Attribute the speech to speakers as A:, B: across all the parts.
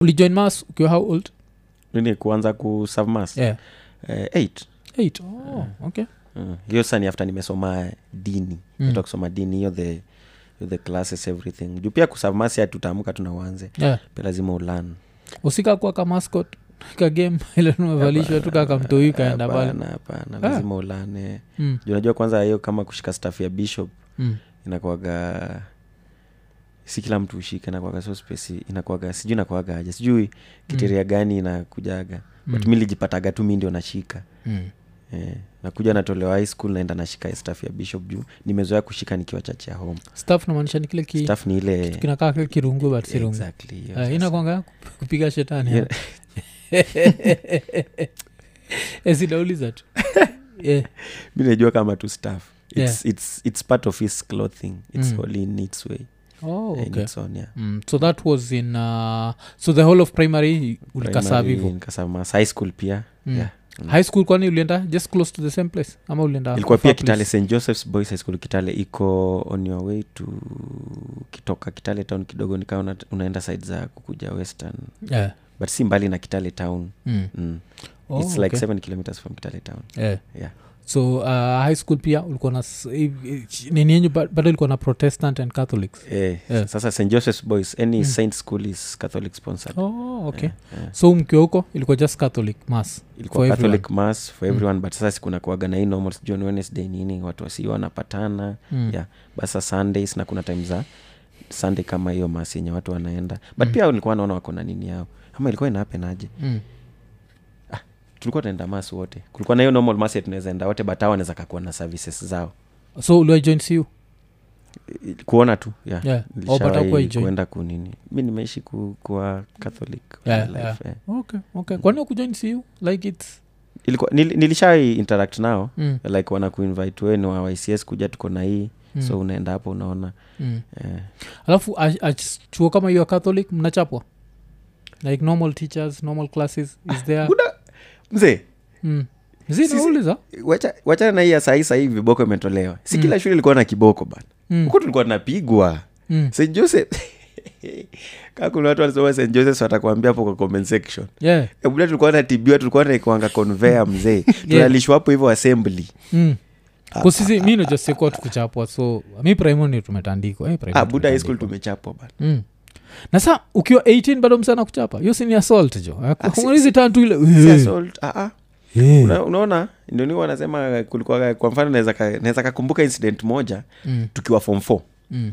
A: you join mass ukiwa how old
B: nini kuanza kusavmas
A: yeah.
B: eh, eight
A: eight oh, okay
B: Mm. hiyo sasa ni after nimesoma dini
A: Mm.
B: mm. kusoma dini hiyo the hiyo the classes everything juu pia kusavmasi hatutaamka tunawanze
A: yeah.
B: pia lazima ulan
A: usikakuwa ka mascot ka game ile umevalishwa tu kaka mtoi kaenda pale
B: hapana hapana
A: Ah.
B: lazima ulane
A: Mm,
B: Juu unajua kwanza hiyo kama kushika staff ya bishop
A: mm.
B: inakuaga si kila mtu ushike inakuaga so spesi inakuaga sijui inakuaga aje sijui kiteria gani inakujaga but
A: Mm.
B: mi lijipataga tu mi ndio nashika
A: Mm.
B: eh, nakuja natolewa high school naenda nashika staff ya bishop juu nimezoea kushika nikiwa chache ya home
A: staff namaanisha ni kile ki,
B: staff ni ile
A: kitu kinakaa kile kirungu but si rungu
B: Exactly, hiyo
A: Ah,
B: sasa.
A: inakwanga kup- kupiga shetani
B: Yeah.
A: esidauliza Eh, tu yeah.
B: mi najua kama tu staff it's,
A: Yeah.
B: it's, it's part of his clothing it's
A: Mm.
B: all in its way
A: oh,
B: eh, in
A: okay.
B: its own, yeah.
A: mm, so that was in uh, so the whole of primary ulikasave
B: Primary,
A: hivo
B: Nikasav, high school pia
A: Mm.
B: yeah. Mm.
A: high school kwani ulienda just close to the same place ama ulienda
B: ilikuwa pia
A: far place?
B: kitale st josephs boys high school kitale iko on your way to kitoka kitale town kidogo nikaa una, unaenda side za kukuja western
A: yeah.
B: but si mbali na kitale town
A: mm.
B: mm.
A: oh,
B: its like
A: okay.
B: seven kilometers from kitale town
A: yeah.
B: yeah.
A: so uh, high school pia ulikuwa na s- i- i- ch- nini yenyu ba- bado ilikuwa na protestant and catholics
B: Eh,
A: Yeah.
B: sasa st josephs boys any
A: Mm.
B: saint school is catholic sponsored
A: oh okay
B: Eh, eh.
A: so mkiwa huko ilikuwa just catholic mass
B: ilikuwa
A: For Mm.
B: catholic mass for everyone but sasa sikuna kuaga na hii normal john wednesday nini watu wasio wanapatana
A: mm.
B: yeah basa sundays na kuna time za sunday kama hiyo mas yenye watu wanaenda but
A: Mm.
B: pia nilikuwa naona wako na nini yao ama ilikuwa inaapenaje
A: Mm.
B: tulikuwa tunaenda mas wote kulikuwa na hiyo normal mas tunaweza enda wote but hawa wanaweza kakuwa na services zao
A: so uliwajoin siu
B: I- kuona tu yeah.
A: Yeah. Oh, but
B: Nilishawahi
A: hakuwahi join.
B: kuenda kunini mi nimeishi ku, kuwa catholic
A: Yeah,
B: life,
A: yeah.
B: eh.
A: okay okay kwani ukujoin siu like its
B: Ilikuwa- nil- nilishawai interact nao
A: mm.
B: like wana kuinvite we ni wa ycs kuja tuko na hii
A: Mm.
B: so unaenda hapo unaona
A: mm.
B: eh.
A: alafu a- a- chuo kama hiyo ya catholic mnachapwa like normal teachers normal classes is there
B: mzee
A: mm. zinauliza
B: wacha- wachana na hii ya sahii sahii viboko imetolewa si kila shule ilikuwa na kiboko bana
A: Mm.
B: huku tulikuwa tunapigwa
A: Mm.
B: st joseph kaa kuna watu wanasoma st joseph watakuambia hapo kwa comment section
A: yeah.
B: Eh, buda tulikuwa natibiwa tulikuwa naikuanga convea mzee tunalishwa hapo hivyo assembly
A: mm.
B: Ah,
A: kusisi mi najua sikuwa tukuchapwa so mi primary tumetandikwa eh, primary
B: ah, buda high school
A: tumetandikwa.
B: tumechapwa bana
A: mm. na saa ukiwa 18 bado msana kuchapa hiyo si ni assault jo hizi tantu ile
B: Ah, Si
A: eh,
B: assault, ah, ah.
A: eh.
B: Una- unaona ndio ni wanasema kulikuwa kwa mfano naweza ka- naweza kakumbuka incident moja
A: Mm,
B: tukiwa form four
A: mm,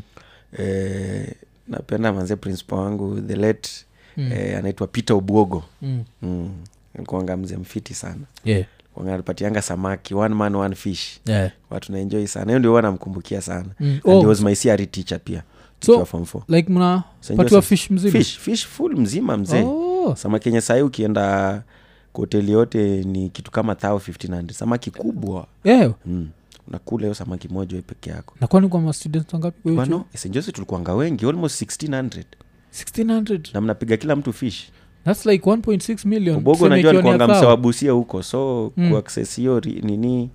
B: eh, napenda manze principal wangu the late
A: Mm.
B: eh, anaitwa peter ubwogo
A: mm.
B: mm. kuanga mzee mfiti sana
A: Yeah,
B: kuanga alipatianga samaki one man one fish
A: yeah.
B: watu naenjoi sana hiyo ndio huwa namkumbukia sana
A: Mm.
B: And he
A: Oh,
B: was my CRE teacher pia tukiwa
A: so
B: form four.
A: like
B: St.
A: mnapatiwa
B: Joseph.
A: fish mzima
B: fish fish full mzima mzee
A: Oh,
B: samaki yenye sahii ukienda kwa hoteli yote ni kitu kama thao 1500 samaki kubwa
A: yeah.
B: mm. unakula hiyo samaki moja wewe peke yako
A: na kwani kwa mastudent wangapi kwa hiyo chuo?
B: kwano senjosi tulikuanga wengi almost 1600
A: 1600
B: na mnapiga kila mtu fish
A: thats like 1.6 million
B: ubogo
A: Tuseme
B: najua
A: ikiwa ni
B: nikuanga
A: ya thao.
B: msewabusia huko so
A: Mm.
B: mm. kuakses hiyo ri- nini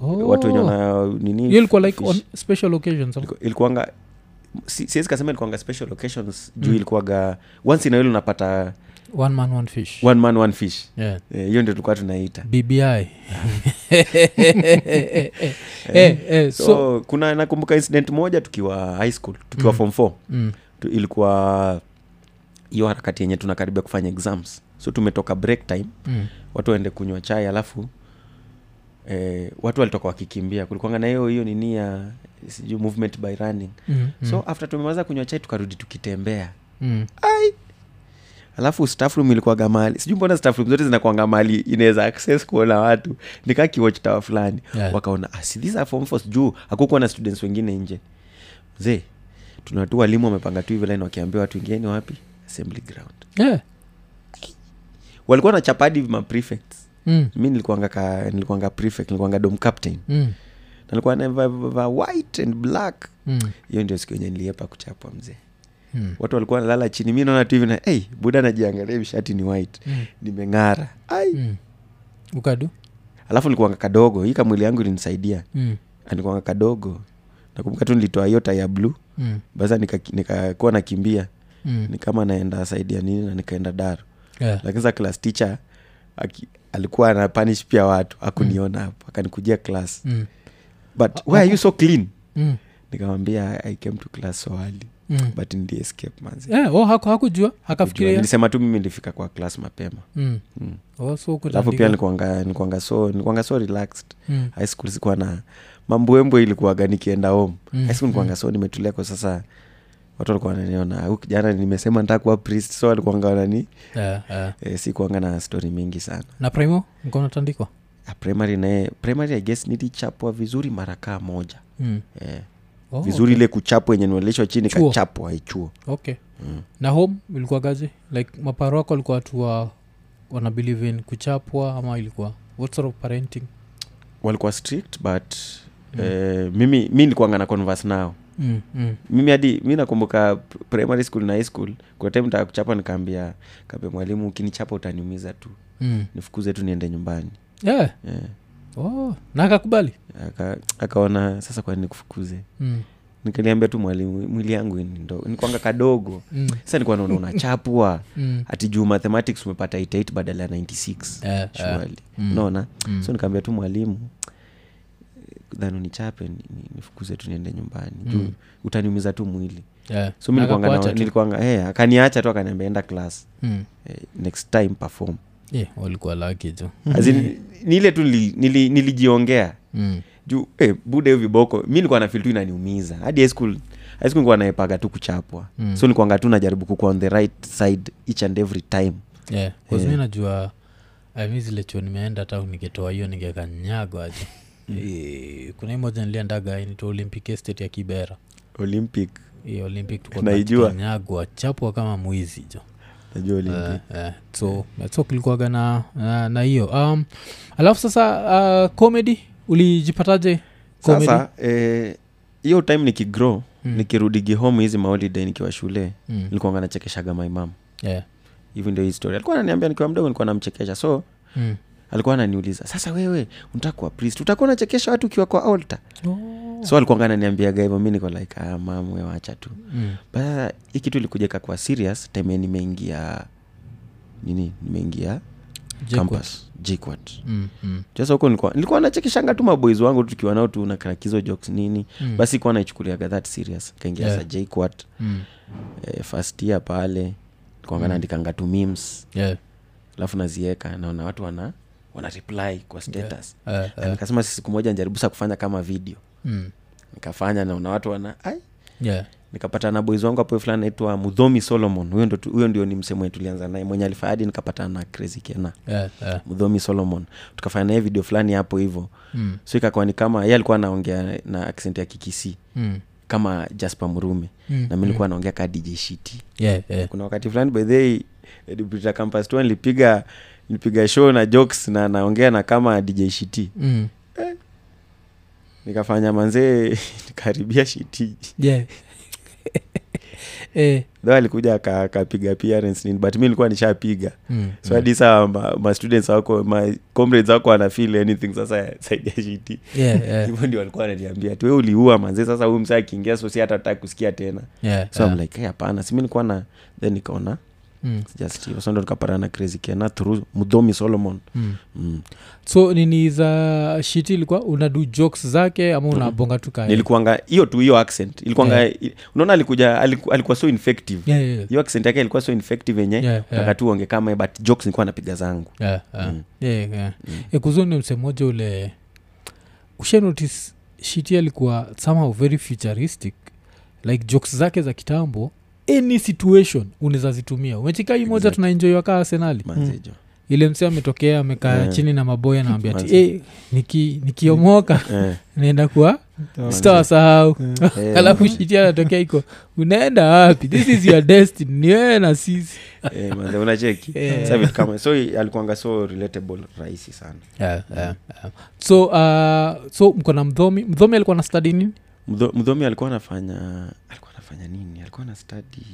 A: Oh.
B: watu wenye wana nini
A: hiyo ilikuwa like
B: fish.
A: on special occasions
B: Iliku- ilikuanga si- siwezi kasema ilikuanga special occasions
A: Mm.
B: juu ilikuwaga once in a while unapata
A: one man one fish
B: one man one fish
A: yeah.
B: Eh, hiyo ndio tulikuwa tunaita
A: bbi Eh, eh,
B: so,
A: so
B: kuna nakumbuka incident moja tukiwa high school tukiwa form four
A: mm,
B: tu, ilikuwa hiyo harakati yenye tunakaribia kufanya exams so tumetoka break time
A: mm,
B: watu waende kunywa chai alafu eh, watu walitoka wakikimbia kulikuanga na hiyo hiyo nini ya sijui movement by running
A: mm,
B: mm. so after tumemaliza kunywa chai tukarudi tukitembea
A: mm.
B: alafu staff room ilikuwaga mahali sijui mbona staff room zote zinakwanga mahali inaweza access kuona watu nikaa kiwatch tower fulani
A: Yeah.
B: wakaona "Ah, si these are form fours juu hakukuwa na students wengine nje mzee tunatu walimu wamepanga tu hivi line wakiambia watu ingieni wapi assembly ground
A: Yeah.
B: walikuwa na chapadi ma prefects
A: Mm,
B: mi nilikuanga ka, nilikuanga prefect nilikuanga dom captain
A: mm,
B: Na nilikuwa navaa white and black
A: mm,
B: hiyo ndio siku yenye niliepa kuchapwa mzee
A: mm.
B: watu walikuwa nalala chini mi naona tu hivi na hey, buda najiangalia hivi shati ni white
A: Mm.
B: nimeng'ara ai
A: Mm. ukadu
B: alafu nilikuanga kadogo hii kamwili yangu ilinisaidia
A: Mm,
B: nilikuanga kadogo nakumbuka tu nilitoa hiyo tai ya bluu
A: mm,
B: basa nikakuwa nika, nikakuwa nakimbia
A: mm.
B: ni kama naenda saidi ya nini na nikaenda daru
A: yeah.
B: lakini sa klas ticha aki, alikuwa anapanish pia watu akuniona hapo akanikujia klas
A: mm.
B: but where are you so clean
A: Mm.
B: nikamwambia i came to class swali
A: Mm.
B: but niliescape manzi
A: Yeah, oh, haku- hakujua akafikiria
B: nilisema tu mimi nilifika kwa class mapema
A: Mm.
B: Mm.
A: Oh, so
B: alafu
A: kutandika.
B: pia nikuanga nikuanga so nikuanga so relaxed
A: Mm.
B: high school sikuwa na mambuembwe ilikuwaga nikienda home
A: Mm.
B: high school nikuanga so nimetulia kwa sasa watu walikuwa wananiona huyu kijana nimesema nataka kuwa priest so walikuanga wanani
A: Yeah, yeah.
B: eh, si kuanga na story mingi sana
A: na primo mkonatandikwa
B: Ah, primary naye primary i guess nilichapwa vizuri mara kaa moja
A: mm.
B: eh,
A: oh,
B: vizuri ile kuchapwa yenye nimelishwa chini
A: Chuo.
B: kachapwa ichuo
A: okay
B: mm.
A: na home ilikuwa gaje like maparo wako walikuwa watu wa wana believe in kuchapwa ama ilikuwa what sort of parenting
B: walikuwa strict but mm. eh, mimi mi nilikuanga na converse nao
A: mm, mm,
B: mimi hadi mi nakumbuka pr- primary school na high school kuna time taka kuchapa nikaambia kaambia mwalimu ukinichapa utaniumiza tu
A: mm.
B: nifukuze tu niende nyumbani
A: yeah.
B: yeah.
A: oh. na akakubali
B: Aka, akaona sasa kwani nikufukuze
A: mm.
B: nikaniambia tu mwalimu mwili yangu ni ndo nikwanga kadogo
A: Mm.
B: sasa nikuwa naona unachapwa
A: Mm.
B: ati juu mathematics umepata 88 badala ya 96
A: Eh, eh.
B: shuali
A: Mm.
B: unaona
A: Mm.
B: so nikaambia tu mwalimu dhani unichape ni- ni- nifukuze tu niende nyumbani juu
A: Mm.
B: utaniumiza tu mwili
A: Yeah.
B: so mi
A: Na
B: nilikuwanga
A: akakuacha
B: na-
A: tu.
B: nilikuwanga eh, akaniacha tu akaniambia enda class
A: Mm.
B: eh, next time perform
A: Yeah, walikuwa laki tu
B: As in, ni ile tu nili- nili- nilijiongea
A: mm.
B: juu eh, buda hiyo viboko mi nilikuwa na feel tu inaniumiza hadi high school high school nilikuwa naepaga tu kuchapwa
A: Mm.
B: so nilikuwanga tu najaribu kukuwa on the right side each and every time
A: yeah. 'cause mi najua ah, mi zile chuo nimeenda ta nikitoa hiyo ningekanyagwa aje
B: Mm.
A: Eh, kuna hii moja niliendaga inaitwa olympic estate ya kibera
B: olympic
A: hii olympic
B: Naijua.
A: tukanyagwa chapwa kama mwizi jo
B: najua olympic
A: Eh, eh, so so kilikuwaga na na- na hiyo um, alafu sasa uh, comedy ulijipataje comedy?
B: sasa eh, hiyo time nikigrow
A: Mm.
B: mm. nikirudigi home hizi maholiday nikiwa shule
A: Mm,
B: nilikuwanga nachekeshaga maimam
A: yeah,
B: hivi ndio hii story alikuwa ananiambia nikiwa mdogo nilikuwa namchekesha so
A: mm.
B: alikuwa ananiuliza sasa wewe unataka kuwa priest utakuwa unachekesha watu ukiwa kwa altar
A: Oh.
B: so alikuwa ananiambiaga hivyo mi niko like ah, mam we wacha tu
A: Mm,
B: but sasa hii kitu ilikuja kakuwa serious time yenye nimeingia nini nimeingia
A: JKUAT.
B: campus JKUAT.
A: mm, mm,
B: sasa huko nilikuwa nilikuwa nachekeshanga tu maboys wangu tukiwa nao tu nakarakizo jokes nini
A: Mm.
B: mm. basi kuwa naichukuliaga that serious kaingia
A: Yeah.
B: yeah. sa jquat
A: mm.
B: eh, first year pale kwanga
A: Mm.
B: naandikanga tu memes
A: Yeah,
B: alafu nazieka naona watu wana wana reply kwa status
A: eh,
B: yeah.
A: eh,
B: nikasema siku moja njaribu sa kufanya kama video
A: mm.
B: nikafanya naona watu wana ai
A: Yeah,
B: nikapatana na boys wangu hapo fulani naitwa mudhomi solomon huyo ndo tu- huyo ndio ni msemo tulianza naye mwenye alifahadi nikapatana na crazy kena
A: eh, eh,
B: mudhomi solomon tukafanya naye video fulani hapo hivo
A: mm,
B: so ikakuwa ni kama ye alikuwa anaongea na accent ya kikisi
A: mm,
B: kama jasper murume
A: Mm,
B: na mi nilikuwa naongea ka dj shiti
A: yeah, yeah.
B: kuna wakati fulani bedhei brita campus tu nilipiga nilipiga show na jokes na naongea na kama dj shiti
A: Mm,
B: nikafanya manzee nikaharibia shiti
A: yeah. Eh,
B: tho alikuja aka- akapiga appearance nini but mi nilikuwa nishapiga
A: mm,
B: so hadi saa ma, ma students wako ma comrades wako wanafeel anything sasa saidia shiti
A: yeah, yeah,
B: hivyo ndio walikuwa wananiambia tuwe uliua manzee sasa huyu msaa akiingia so si hata tutaki kusikia tena
A: yeah,
B: so
A: yeah.
B: yeah. like "Hey, hapana si mi nilikuwa na then nikaona
A: Mm,
B: just hivyo so ndo nikapatana na crazy kena through mdhomi solomon
A: mm.
B: mm.
A: so nini za shiti ilikuwa unadu jokes zake ama unabonga tu kaya
B: nilikuanga hiyo tu hiyo accent ilikuanga i- unaona alikuja aliku, alikuwa so infective
A: yeah, yeah, yeah.
B: hiyo accent yake ilikuwa so infective yenye
A: Yeah,
B: yeah,
A: yeah.
B: tu uonge kama but jokes nilikuwa napiga zangu
A: Yeah, yeah.
B: Mm.
A: Yeah, yeah. Eh, kuzo ni mse mmoja ule ushanotis shiti alikuwa somehow very futuristic like jokes zake za kitambo any situation unaweza zitumia umechika hii moja
B: Exactly.
A: tunaenjoiwa kaa arsenali
B: manzejo
A: ile mse ametokea amekaa
B: Yeah.
A: chini na maboya naambia ti
B: Manze.
A: hey, niki, nikiomoka
B: Eh,
A: naenda kuwa
B: Manze.
A: sitawasahau
B: Eh,
A: alafu shiti anatokea iko unaenda wapi this is your destiny ni wewe na sisi
B: eh, manze, unacheki
A: Eh.
B: Sasa vitu kama so i- alikuanga so relatable rahisi sana
A: yeah, yeah, yeah. so uh, so mko na mdhomi mdhomi alikuwa na stadi nini
B: Mdho- mdhomi alikuwa anafanya alikuwa anafanya nini alikuwa na stadi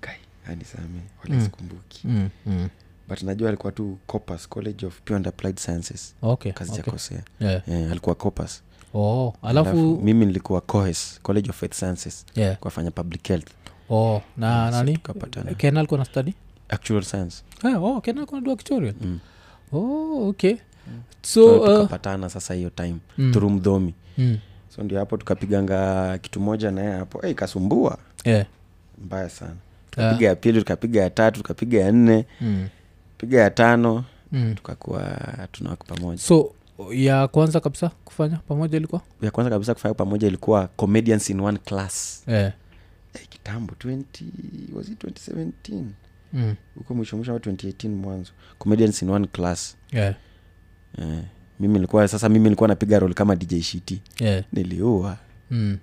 B: kai anisame wala
A: Mm.
B: sikumbuki
A: mm, mm.
B: but najua alikuwa tu Copas, college of pure and applied sciences
A: okay,
B: kazi
A: okay.
B: jakosea
A: Yeah.
B: eh, alikuwa Copas.
A: Oh, alafu
B: mimi nilikuwa cohes college of health sciences
A: yeah.
B: kuwafanya public health
A: oh, na
B: So
A: nani
B: tukapatana.
A: kena alikuwa na study
B: actual science
A: yeah, oh, kena alikuwa nadua kitorial
B: mm.
A: oh, okay
B: so,
A: so uh,
B: tukapatana sasa hiyo time
A: Mm.
B: mm. through mdhomi
A: mm,
B: so ndio hapo tukapiganga kitu moja naye hapo hey, ikasumbua
A: yeah,
B: mbaya sana
A: yeah,
B: piga ya pili tukapiga ya tatu tukapiga ya nne
A: mm,
B: piga ya tano
A: mm.
B: tukakuwa tunawako pamoja
A: so ya kwanza kabisa kufanya pamoja ilikuwa
B: ya kwanza kabisa kufanya pamoja ilikuwa comedians in one class
A: yeah.
B: hey, kitambo 20 was it 2017
A: mm.
B: huko mwisho mwisho au 2018 mwanzo comedians in one class
A: yeah.
B: eh, mimi nilikuwa sasa mimi nilikuwa napiga rol kama dj shiti
A: yeah.
B: niliua
A: mm.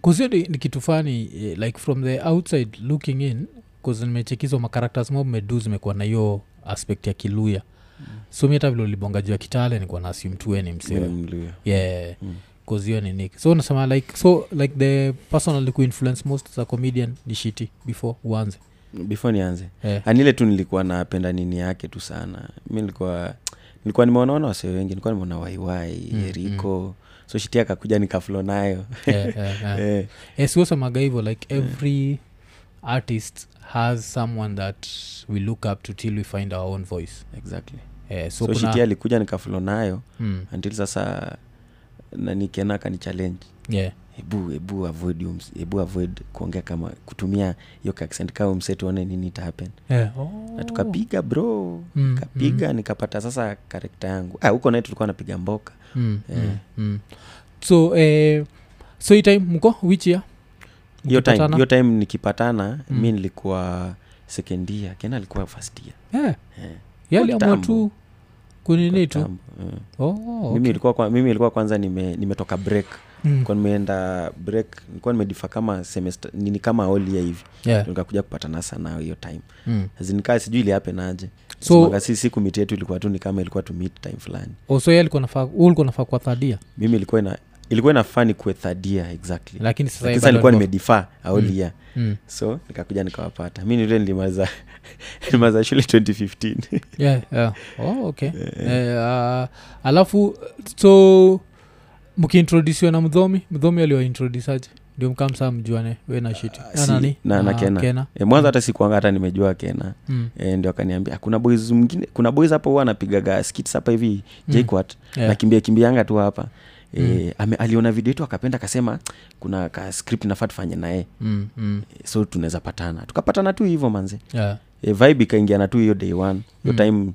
A: kuzio ni, ni kitu fani eh, like from the outside looking in bcause nimechekizwa makarakta mo medu zimekuwa na hiyo aspect ya kiluya mm. so mi hata vile ulibonga juu ya kitale nikuwa na assume tuwe ni msewe mm.
B: Nilimlia.
A: yeah
B: Mm.
A: cause hiyo ni nick so unasema like so like the person alikuinfluence most za comedian ni shiti before uanze Eh,
B: before nianze
A: yeah.
B: anile tu nilikuwa napenda nini yake tu sana mi nilikuwa nilikuwa nimeonaona wasee wengi nilikuwa nimeona waiwai
A: Mm,
B: mm, eriko mm. so shiti akakuja nikaflo nayo
A: yeah, yeah, yeah.
B: Eh,
A: Eh, siosemaga hivyo like every artist has someone that we look up to till we find our own voice
B: exactly
A: eh, so,
B: so,
A: kuna,
B: shiti alikuja nikaflo nayo
A: mm,
B: until sasa nanikena akanichallenge
A: yeah,
B: hebu hebu avoid huyu mse- hebu avoid kuongea kama kutumia hiyo kaksent kao mse tuone nini itahappen
A: yeah. oh.
B: na tukapiga bro
A: Mm,
B: kapiga nikapata sasa karekta yangu Ah, huko naye tulikuwa napiga mboka
A: mm, mm,
B: Yeah.
A: mm. so eh, so hi time mko which year
B: hiyo time
A: Mkipatana?
B: hiyo time nikipatana
A: Mm.
B: mi nilikuwa second year kena alikuwa first year
A: yeah.
B: Eh,
A: Yeye aliamua
B: Kitambo.
A: tu kunini tu
B: kitambo, eh.
A: oh, okay.
B: mimi ilikuwa kwa, mimi ilikuwa kwanza nime, nimetoka break
A: mm.
B: kwa nimeenda break nilikuwa nimedifa kama semester nini kama all year hivi
A: yeah.
B: nikakuja kupatana sana hiyo time
A: mm.
B: zinikaa sijui iliapenaje
A: So-
B: so, si siku miti yetu ilikuwa tu ni kama ilikuwa tu meet time fulani
A: Oh, so yeye alikuwa nafaa wewe ulikuwa nafaa kwa thadia
B: mimi ilikuwa ina ilikuwa inafaa ni kuethadia exactly
A: lakini sasa yeye bado
B: lakini sasa nilikuwa
A: alikuwa-
B: nimedifa aolia
A: Mm.
B: so nikakuja nikawapata mi nile nilimaliza nilimaliza shule 2015
A: yeah, yeah. Oh, okay. Eh, ah, alafu so mkiintrodusiwa na mdhomi mdhomi aliwaintrodusaje ndio mkamsaa mjuane we na shiti
B: Ah,
A: na
B: si-
A: nani
B: na- na
A: Ah,
B: Kena. e, mwanzo hata sikuanga hata nimejua kena
A: Mm,
B: e, ndio akaniambia kuna boys mwingine kuna boys hapa huwa anapigaga skits hapa hivi jquat
A: Mm. yeah.
B: nakimbia kimbianga tu hapa e,
A: Mm.
B: ame, aliona video yetu akapenda akasema kuna ka script nafaa tufanye naye
A: Mm, mm,
B: so tunaweza patana tukapatana tu hivyo manze
A: yeah.
B: e, vibe ikaingiana tu hiyo day one hiyo
A: Mm.
B: time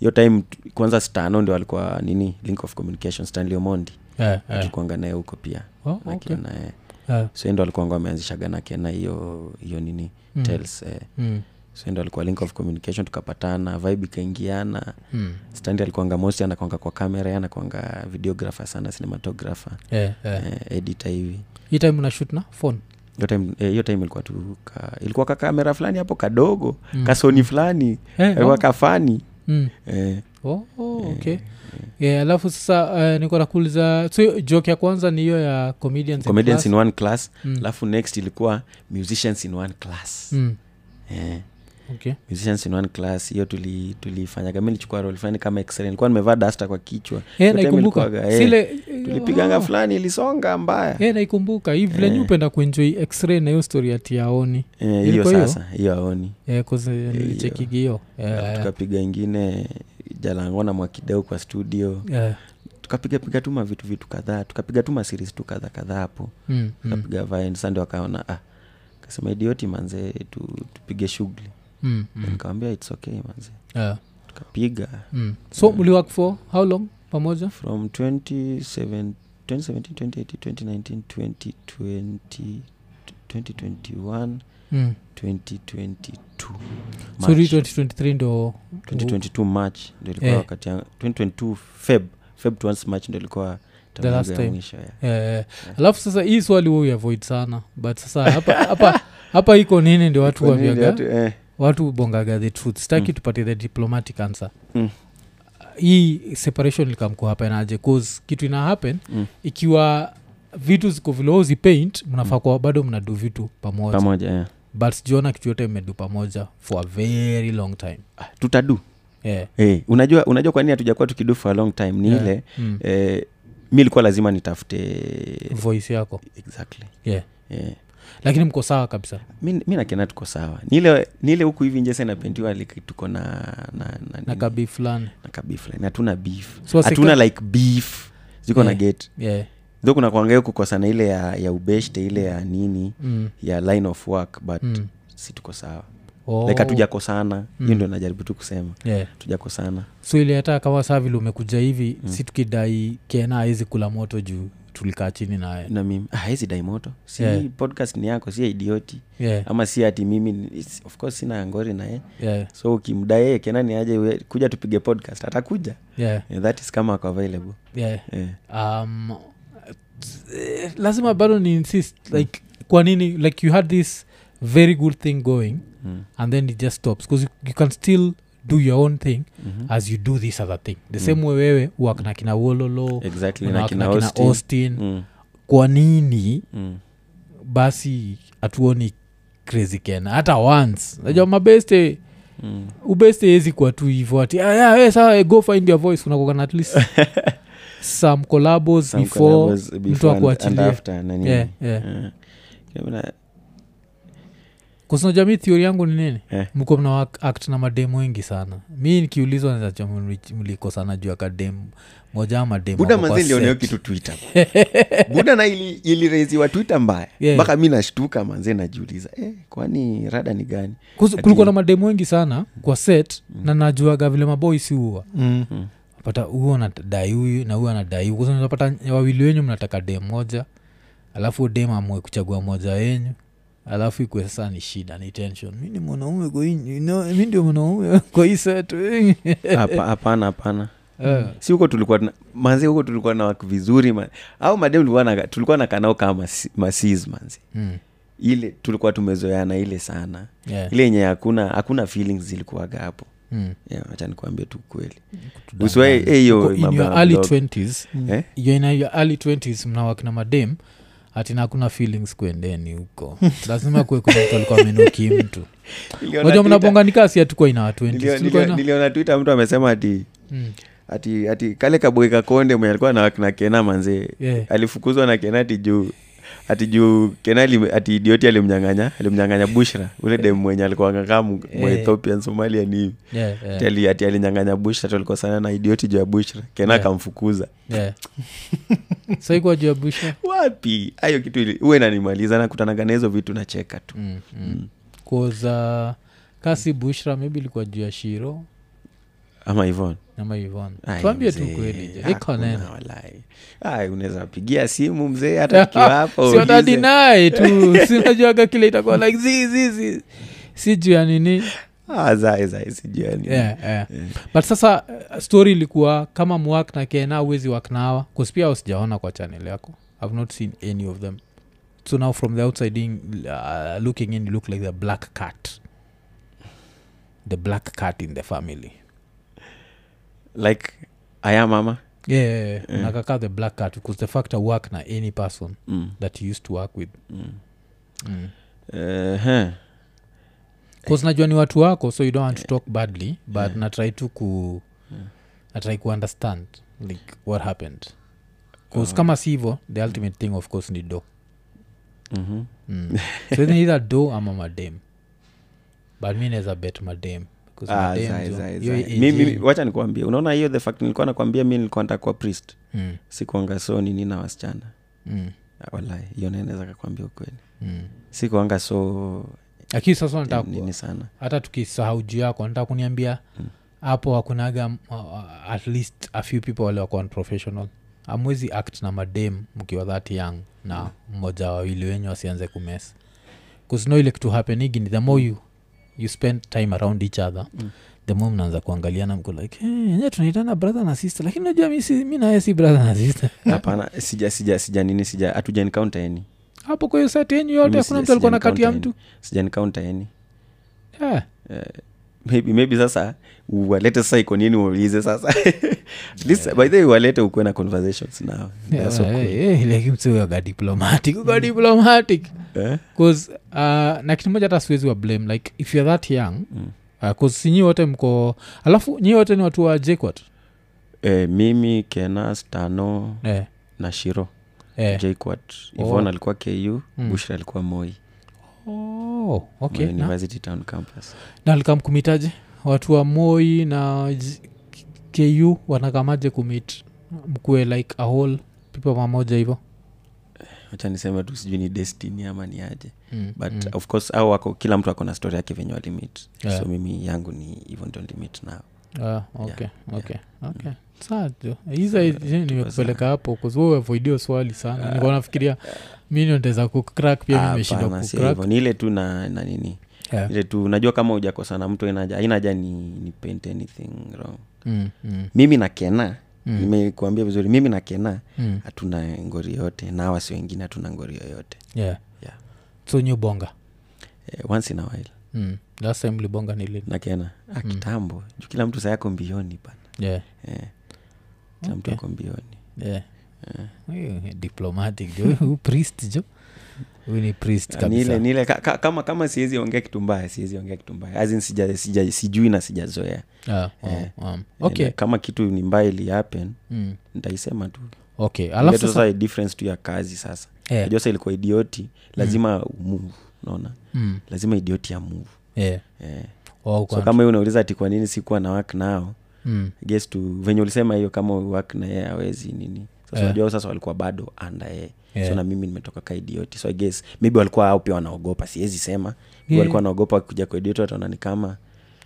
B: hiyo time t- kwanza stano ndio alikuwa nini link of communication stanley omondi
A: Yeah, yeah.
B: tulikuanga naye huko pia
A: Oh,
B: na
A: okay.
B: kina, eh.
A: Yeah.
B: so yeye ndo alikuwanga ameanzishaga na kena hiyo hiyo nini
A: Mm.
B: tels eh.
A: Mm,
B: so yeye ndo alikuwa link of communication tukapatana vibe ikaingiana
A: mm.
B: standi alikuanga mosi anakwanga kwa kamera anakwanga videographer sana cinematographer
A: Yeah, yeah.
B: eh, edita hivi
A: hii time unashut na phone
B: hiyo time, eh, hiyo time ilikuwa tu ka, ilikuwa ka kamera fulani hapo kadogo
A: Mm.
B: kasoni fulani
A: Eh,
B: alikuwa
A: oh,
B: kafani
A: mm.
B: eh.
A: Oh, oh, okay. Yeah, alafu sasa eh, niko nakuuliza so joke ya kwanza ni hiyo ya comedians in
B: comedians
A: class?
B: in one class
A: Mm.
B: alafu next ilikuwa musicians in one class
A: Mm,
B: eh,
A: okay.
B: musicians in one class hiyo tuli- tulifanyaga mi nichukua rol fulani kama x nilikuwa nimevaa dasta kwa kichwa
A: Eh,
B: Hiyo time
A: naikumbuka
B: ilikuwaga, eh,
A: sile
B: tulipiganga Eh.
A: Ah.
B: fulani ilisonga mbaya
A: Yeah, naikumbuka hii vile yeah. upenda kuenjoi x-ray na hiyo story ati aoni
B: Eh, hiyo
A: ilikuwa hiyo?
B: sasa hiyo aoni
A: yeah, cause eh, nilichekigi hiyo
B: Alafu
A: Eh, yeah,
B: tukapiga ingine jalango na mwakideu kwa studio
A: yeah.
B: tukapigapiga tu mavitu vitu kadhaa tukapiga tu masiris tu kadhaa kadhaa hapo
A: Mm, mm,
B: tukapiga vine sasa ndio akaona ah, kasema idioti manze tu, tupige shughuli
A: mm, mm,
B: nikawambia its okay manze
A: yeah,
B: tukapiga
A: mm. so mliwork for how long pamoja
B: from 27 2017 2018 2019 2020 2021
A: mm.
B: 2022
A: sori
B: March.
A: 2023 ndo
B: 2022 march ndio ilikuwa
A: Eh.
B: wakati yangu 2022 feb feb towards march ndio ilikuwa
A: The
B: tamu yangu
A: last
B: ya
A: time.
B: mwisho, yeah.
A: Eh, alafu sasa hii swali huo uavoid sana but sasa hapa hapa hapa iko nini ndio watu
B: Kwa nini watu-
A: waviaga
B: eh,
A: watu bongaga the truth sitaki tupate the diplomatic answer
B: Mm.
A: hii separation likamku happen aje cause kitu ina happen
B: Mm.
A: ikiwa vitu ziko vilozi paint mnafaa
B: Mm.
A: kuwa bado mnadu vitu pamoja
B: pamoja yeah.
A: but sijaona kitu yote mmedu pamoja for a very long time
B: Ah, tutadu
A: yeah.
B: Eh, unajua unajua kwa nini hatujakuwa tukidu for a long time ni
A: Yeah.
B: ile
A: mm.
B: eh, mi ilikuwa lazima nitafute
A: voice yako
B: exactly
A: yeah.
B: eh,
A: lakini mko sawa kabisa
B: mi mi na kena tuko sawa ni ile ni ile huku hivi nje sa inapentiwa like tuko na na, na,
A: na
B: nini?
A: kabii fulani
B: na kabif fulani. hatuna beef
A: So, wase-
B: hatuna like beef ziko na
A: Eh.
B: get
A: yeah.
B: tho kuna kwanga hiyo kukosana ile ya, ya ubeshte ile ya nini
A: mm.
B: ya line of work but
A: Mm.
B: si tuko sawa
A: oh.
B: like hatujakosana hiyo
A: Mm.
B: ndio najaribu tu kusema
A: yeah.
B: hatujakosana
A: so ile hata kama saa vile umekuja hivi mm. si tukidai kena awezi kula moto juu tulikaa chini naye
B: na mimi ah, hawezi dai moto si
A: Yeah.
B: hii podcast ni yako si ya idioti
A: yeah.
B: ama si ati mimi ni- it's- of course sina ngori naye
A: yeah.
B: so ukimdae kenani aje we- kuja tupige podcast atakuja
A: yeah.
B: yeah, that is kama ako available
A: yeah.
B: yeah.
A: um, eh, lazima bado ni insist
B: Mm.
A: like kwa nini like you had this very good thing going
B: mm.
A: and then it just stops because you, you can still do your own thing
B: mm-hmm.
A: as you do this other thing the
B: Mm.
A: same way wewe wakna kina wololo
B: exactly na
A: unawak
B: kina
A: na kina
B: Austin.
A: austin
B: Mm.
A: kwa nini
B: Mm.
A: basi hatuoni crazy kena hata once najua mabeste
B: Mm.
A: ubeste ezi kuwa tu hivo ati "Ah, yeah, hey, sawa eh, go find your voice unakokana at least some collabos
B: Some
A: before
B: collabs
A: mtu
B: before and- and
A: akuachilie.
B: after na nini.
A: Yeah, yeah.
B: Yeah. Kila mara-
A: kusinajua mi theory yangu ni nini
B: Eh.
A: mko mna wak- act na mademu wengi sana mi nikiulizwa nazacha sana juu ya kademu moja ama mademu
B: buda
A: wako kwa
B: manzi nilioneo
A: set.
B: kitu twitter buda na ili- ilireziwa twitter mbaya
A: Yeah.
B: mpaka mi nashtuka manzi najiuliza eh, kwani rada ni gani
A: Kus-
B: Ati-
A: kulikuwa na mademu wengi sana kwa set na najuaga vile maboisi huwa Mm-hmm.
B: Mm.
A: pata huyu anadai huyu na huyu anadai huyu napata wawili wenyu mnataka dem moja alafu dem amue kuchagua moja yenyu alafu ikue sasa ni shida ni tension mi ni mwanaume kwa hii- you know, mi ndio mwanaume kwa hii set
B: Hapa- hapana hapana
A: Eh.
B: si huko tulikuwa tuna- manzi huko tulikuwa na wak vizuri ma, au madem tulikuwa na, tulikuwa na kanao kama masi- masis manzi
A: Mm.
B: ile tulikuwa tumezoeana ile sana
A: Yeah.
B: ile yenye hakuna hakuna feelings zilikuwaga hapo
A: Mm.
B: yeah, acha nikuambie tu kweli
A: Kutudanganya.
B: usiwae eh, hiyo
A: Uko in
B: mambo
A: your
B: ya
A: early
B: blog.
A: 20s
B: Eh?
A: you're in your early 20s mnawakina madem hatina hakuna feelings kuendeni huko lazima kuwe kuna mtu alikuwa amenuki mtu
B: Niliona
A: najua
B: Twitter-
A: mnabonganika si hatukuwa ina wa
B: nilio-
A: 20s tulikuwa
B: nilio-
A: ina-
B: niliona twitter mtu amesema ati
A: Mm.
B: ati ati kale kaboi kakonde mwenye alikuwa na na kena manzee
A: Yeah.
B: alifukuzwa na kena ati juu ati juu kena ali- ati idioti alimnyanganya alimnyanganya bushra ule dem mwenye alikuangakaa
A: Eh.
B: mwethopian somalia ni hivi
A: Yeah, yeah,
B: Ati ali- ati alinyanganya bushra tulikosana na idioti juu ya bushra kena
A: Yeah.
B: akamfukuza
A: yeah. saikuwa juu ya busha
B: wapi hayo kitu ili- huwa inanimaliza nakutanaga na hizo vitu nacheka tu
A: mm, mm. koza kasi bushra maybe ilikuwa juu ya shiro
B: ama hivon
A: ama ivon
B: Ai,
A: tuambie tu
B: mzee,
A: kweli je, iko
B: hakuna
A: neno
B: walai. Ai, unaweza pigia simu mzee hata kiwapo
A: siotadinae tu sinajuaga kile itakuwa like zizizi si juu ya nini
B: Ah, zaesijuani
A: yeah, Mm. yeah. but sasa uh, story ilikuwa kama mwak na kena uwezi waknawa kuspia sijaona kwa chanel yako ihave not seen any of them so now from the outside in, uh, looking in you look like the black cat the black cat in the family
B: like aya mama
A: yeah, yeah, yeah. unakaka the black cat because the factor work na any person
B: mm.
A: that you used to work with
B: Mm.
A: mm.
B: Uh-huh.
A: bcause najua ni watu wako so you don't want to talk badly but natrai tu ku natrai kuunderstand like what happened
B: Uh-huh.
A: bcause kama si hivo the ultimate thing of course ni do
B: Mhm.
A: mm. so then either do ama madem but mi naweza bet madem 'Cause
B: Ah,
A: madem
B: zai,
A: jo,
B: zai,
A: hiyo
B: zai.
A: AJ,
B: Mi- mi- wacha nikuambia unaona hiyo the fact nilikuwa nakwambia mi nilikuwa ntakuwa priest
A: mm,
B: sikuanga so nini na wasichana
A: mm,
B: Ah, walai hiyo naeneza kakwambia ukweli
A: mm.
B: sikuanga so eh,
A: lakini sasa nataka ku-
B: nini sana
A: hata tukisahau juu yako nataka kuniambia
B: Hmm.
A: hapo hakunaga mm, uh, at least a few people wale wako unprofessional amwezi act na madem mkiwa that young na
B: Hmm.
A: mmoja wawili wenyu wasianze kumesa kusino ile kitu hapenigi ni the more you, you spend time around each other
B: Hmm.
A: mm. the more mnaanza kuangaliana mko like hey, enye tunaitana brother na sister lakini najua mi, si, mi naye si brother na sister
B: hapana sija sija sija nini sija hatujanikaunta eni
A: hapo kwa hiyo sati yenyu yote
B: Mimi
A: hakuna
B: sija-
A: mtu alikuwa na kati ya
B: sijanikaunta
A: mtu
B: eni. sijanikaunta eni
A: yeah.
B: maybe maybe sasa uwalete sasa iko nini uulize sasa At least, by the way walete ukuwe na conversations nao
A: Yeah,
B: That's so
A: eh,
B: cool. Hmm.
A: eh, lakini mse huyo ga diplomatic uga diplomatic
B: Eh?
A: bcause uh, na kitu moja hata siwezi wa blame like if youare that young
B: Mm.
A: uh, cause si nyi wote mko alafu nyi wote ni watu wa jquat
B: Eh, mimi kenas tano
A: eh,
B: na shiro
A: eh.
B: jquat
A: Oh.
B: ivon alikuwa ku
A: Mm.
B: bushra alikuwa moi
A: oh, okay.
B: okay,
A: na,
B: university town campus
A: na likamkumitaje watu wa moi na J- ku wanakamaje kumit mkuwe like a whole pipa pamoja hivo
B: wacha niseme tu sijui ni destiny ama ni aje
A: Mm,
B: but
A: mm.
B: mm. of course au wako kila mtu ako na story yake venye walimit
A: Yeah.
B: so mimi yangu ni hivyo ndio limit nao
A: Ah, okay,
B: uh, yeah. Mm.
A: okay, okay. Sawa jo. Hizo hizi nimekupeleka hapo kuzuavoidio swali sana
B: Ah,
A: nilikuwa nafikiria mi nitaweza kucrack pia
B: Ah,
A: nimeshindwa
B: hapana, si
A: kucrack
B: hivyo. ni ile tu na, na nini
A: Yeah.
B: ile tu unajua kama ujakosana mtu inaja inaja ni, ni paint anything wrong
A: Mm, mm,
B: mimi na kena
A: Mm.
B: nimekuambia vizuri mimi na kena
A: mm.
B: hatuna ngori yoyote na awasi wengine hatuna ngori yoyote
A: Yeah.
B: Yeah.
A: so nyu bonga
B: eh, once in a while
A: mm. last time libonga nilini
B: na kena ah,
A: Mm.
B: kitambo juu kila mtu sayako mbioni bana
A: yeah.
B: eh, kila mtu
A: Okay.
B: ako mbioni
A: yeah.
B: Eh.
A: Huyu diplomatic jo Huyu priest jo huyu ni priest
B: Ah, ni ile
A: kabisa
B: ni ile ka, ka, kama kama siwezi ongea kitu mbaya siwezi ongea kitu mbaya As in sija, sija, sijui na sijazoea
A: Ah, oh,
B: Eh.
A: um, okay
B: Eh, kama kitu ni mbaya ili happen
A: Mm,
B: nitaisema tu
A: okay
B: alafu
A: alafu sasa
B: sasa difference tu ya kazi sasa
A: eh,
B: najua sasa ilikuwa idioti lazima move naona
A: mm,
B: lazima idioti ya move
A: eh.
B: eh.
A: Wao
B: so
A: kwanza.
B: kama hiyo unauliza ati kwa nini sikuwa na wak nao
A: Mm,
B: I guess tu venye ulisema hiyo kama wak na yeye awezi nini sasa
A: Eh.
B: unajua hao sasa walikuwa bado anda yeye
A: Eh.
B: so na mimi nimetoka ka idioti so i guess maybe walikuwa hao pia wanaogopa siwezi sema
A: Yeah.
B: yeah. walikuwa wanaogopa wakikuja kwa idioti wataona ni kama
A: eh,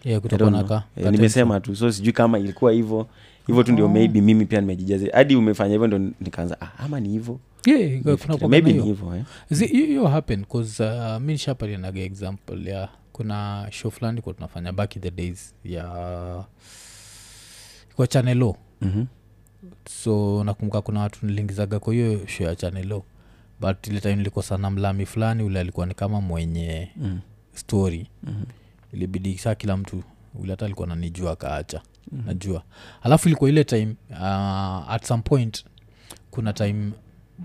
B: I don't
A: kutokana
B: know.
A: ka-
B: Eh,
A: ka
B: nimesema tu so sijui kama ilikuwa hivyo hivyo
A: Oh.
B: tu ndio maybe mimi pia nimejijaza hadi umefanya hivyo ndo nikaanza ah, ama ni hivyo
A: Yeah,
B: Nifikiria,
A: kunakuwa kama
B: maybe ni
A: hiyo.
B: hivyo eh.
A: Zi- hiyo hiyo happen bcause uh, mi nishapatianaga example ya kuna show fulani kuwa tunafanya back in the days ya kwa chanelo
B: Mhm.
A: so nakumbuka kuna watu nilingizaga kwa hiyo show ya chanelo but ile time nilikosa na mlami fulani ule alikuwa ni kama mwenye
B: Mm.
A: story
B: Mhm.
A: ilibidi saa kila mtu ule hata alikuwa nanijua akaacha
B: Mhm.
A: mm-hmm. najua alafu ilikuwa ile time uh, at some point kuna time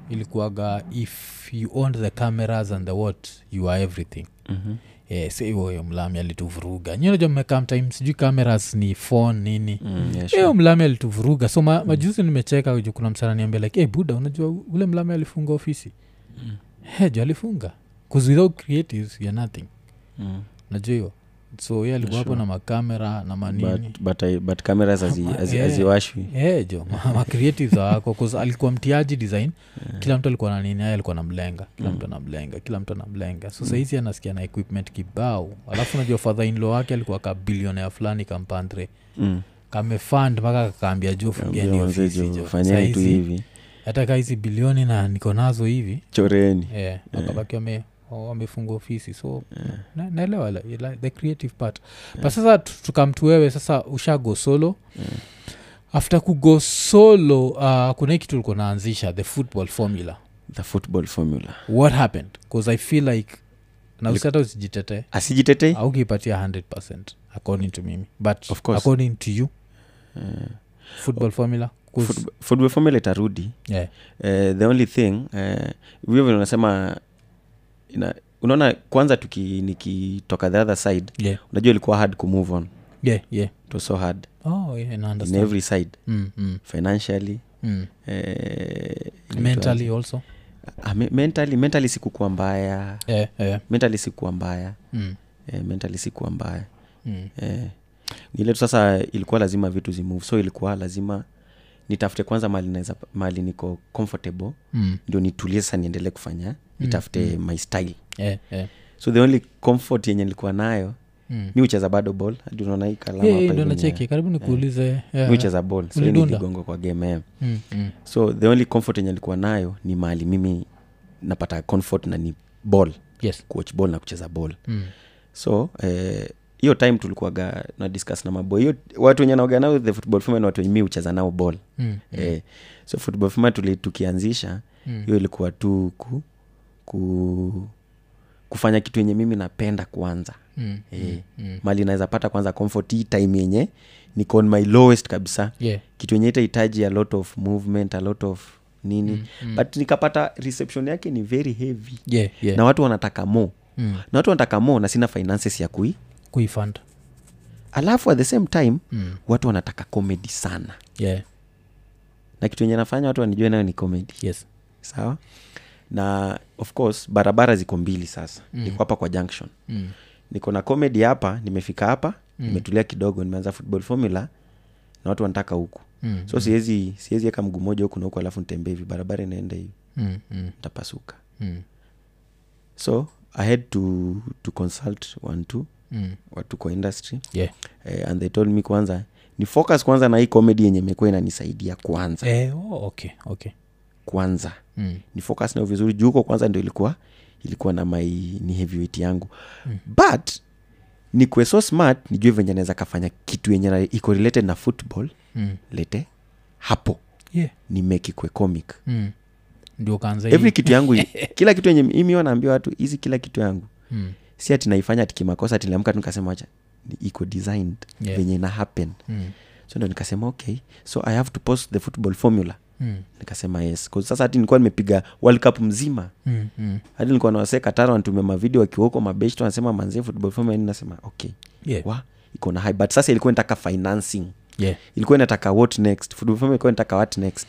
A: ilikuwaga if you own the cameras and the what you are everything
B: Mhm.
A: Eh, si huyo mlami alituvuruga nyonaja mmekamtime sijui cameras ni phone nini
B: Mm, yeah, sure. Mm.
A: hiyo mlami alituvuruga so ma, majuzi nimecheka ju kuna msana niambia like hey, buda unajua ule mlami alifunga ofisi mm. hejo alifunga 'Cause without creatives you're nothing
B: Mm.
A: najua hiyo so ye alikuwa hapo
B: Sure.
A: na makamera na manini
B: But- but I- but cameras hazi-
A: Ama-
B: hazi-
A: yeah.
B: haziwashwi
A: Eh, jo ma- ma creatives wako 'cause alikuwa mtiaji design kila mtu alikuwa na nini aye alikuwa namlenga kila
B: Mm.
A: mtu anamlenga kila mtu anamlenga so sahizi anasikia na equipment kibao alafu najua father in law wake alikuwa ka billionaire fulani kampandre
B: Mm.
A: kamefund mpaka kakaambia jo fungeni
B: Ambia wazee
A: ofisi
B: jo,
A: jo
B: fanyeni tu
A: Saizi,
B: hivi
A: hata ka hizi bilioni na niko nazo hivi
B: choreni
A: yeah, wakabaki wame wamefunga ofisi so
B: Yeah.
A: na- naelewa la- la- the creative part but sasa tu- tukamtu wewe sasa ushago solo
B: Mm.
A: after kugo solo uh, kuna hii kitu ulikuwa naanzisha the football formula
B: the football formula
A: what happened bcause i feel like na usihata usijitete
B: asijitetei
A: aukiipatia 100 according to mimi but
B: Eh? Of course.
A: according to you football formula 'cause-
B: Footb- football formula itarudi
A: yeah,
B: Eh, the only thing eh, hivyo vile unasema ina- unaona kwanza tuki nikitoka the other side
A: yeah,
B: unajua ilikuwa hard kumove on
A: yeah, yeah.
B: it was so hard
A: Oh, yeah, na
B: in
A: understand.
B: every side
A: Mm, mm,
B: financially
A: mm.
B: eh,
A: mentally also
B: ah, me- mentally mentally sikukuwa mbaya
A: yeah, yeah.
B: mentally sikuwa mbaya
A: Mm,
B: eh, mentally sikuwa mbaya
A: mm.
B: eh, ni ile tu sasa ilikuwa lazima vitu zimove so ilikuwa lazima nitafute kwanza mali naweza mali niko comfortable
A: Mm.
B: ndio nitulie sasa niendelee kufanya nitafute my style
A: Yeah, yeah.
B: so the only comfort yenye nilikuwa nayo
A: Mm.
B: mi ucheza bado ball hadi unaona hii kalamu
A: Yeah,
B: hapa
A: yeah, ndo
B: hivi ni- eh,
A: nacheki karibu nikuulize yeah.
B: mi ucheza ball so hii ni
A: Ulidunda?
B: kigongo kwa game em.
A: Mm, mm.
B: so the only comfort yenye nilikuwa nayo ni mali mimi napata comfort na ni ball
A: yes
B: kuwatch ball na kucheza ball
A: Mm.
B: so eh, hiyo time tulikuaga na discuss na maboy hiyo watu wenye naoga nao the football fuma ni watu wenye mi hucheza nao ball
A: Mm.
B: eh, so football fuma tuli, tukianzisha
A: Mm.
B: hiyo ilikuwa tu ku, ku, kufanya kitu yenye mimi napenda kwanza
A: Mm.
B: eh, mali naweza pata kwanza comfort hii time yenye niko on my lowest kabisa
A: Yeah.
B: kitu yenye itahitaji a lot of movement a lot of nini mm, mm. but nikapata reception yake ni very heavy
A: Yeah, yeah.
B: na watu wanataka mo
A: Mm.
B: na watu wanataka mo na sina finances ya kui
A: kuifund
B: alafu at the same time
A: Mm.
B: watu wanataka comedy sana
A: yeah.
B: na kitu yenye nafanya watu wanijue nayo ni comedy
A: yes
B: sawa na of course barabara ziko mbili sasa mm. niko hapa kwa junction
A: mm.
B: niko na comedy hapa nimefika hapa mm. nimetulia kidogo nimeanza football formula na watu wanataka huku
A: Mm.
B: so siwezi siwezi eka mguu moja huku na huku alafu nitembee hivi barabara inaenda hivi
A: Mm. Mm.
B: nitapasuka
A: Mm.
B: so i had to, to consult one two
A: Mm.
B: watu kwa industry
A: Yeah.
B: eh, and they told me kwanza ni focus kwanza na hii comedy yenye imekuwa inanisaidia kwanza
A: Eh, oh, okay, okay.
B: kwanza
A: Mm.
B: ni focus nayo vizuri juu huko kwanza ndio ilikuwa ilikuwa na mai ni heavyweight yangu mm. but nikuwe so smart nijue venye naweza kafanya kitu yenye na- iko related na football
A: Mm.
B: lete hapo
A: Yeah.
B: ni make ikwe comic
A: Mm. ndio kaanza
B: every
A: hii.
B: kitu yangu hii- kila kitu yenye imi huwa naambia watu hizi kila kitu yangu
A: Mm.
B: si ati naifanya ati kimakosa ati niliamka tu nikasema acha ni- iko designed
A: Yeah.
B: venye ina happen
A: Mm.
B: so ndo nikasema okay so i have to post the football formula
A: Mm.
B: nikasema yes 'Cause sasa hati nilikuwa nimepiga world cup mzima
A: Mm. Mm.
B: hadi nilikuwa na wasee katara wanatumia mavideo wakiwoko mabeshto wanasema manzie football formula nini nasema okay
A: Yeah.
B: wa iko na high but sasa ilikuwa inataka financing
A: Yeah.
B: ilikuwa inataka what next football formula ilikuwa inataka what next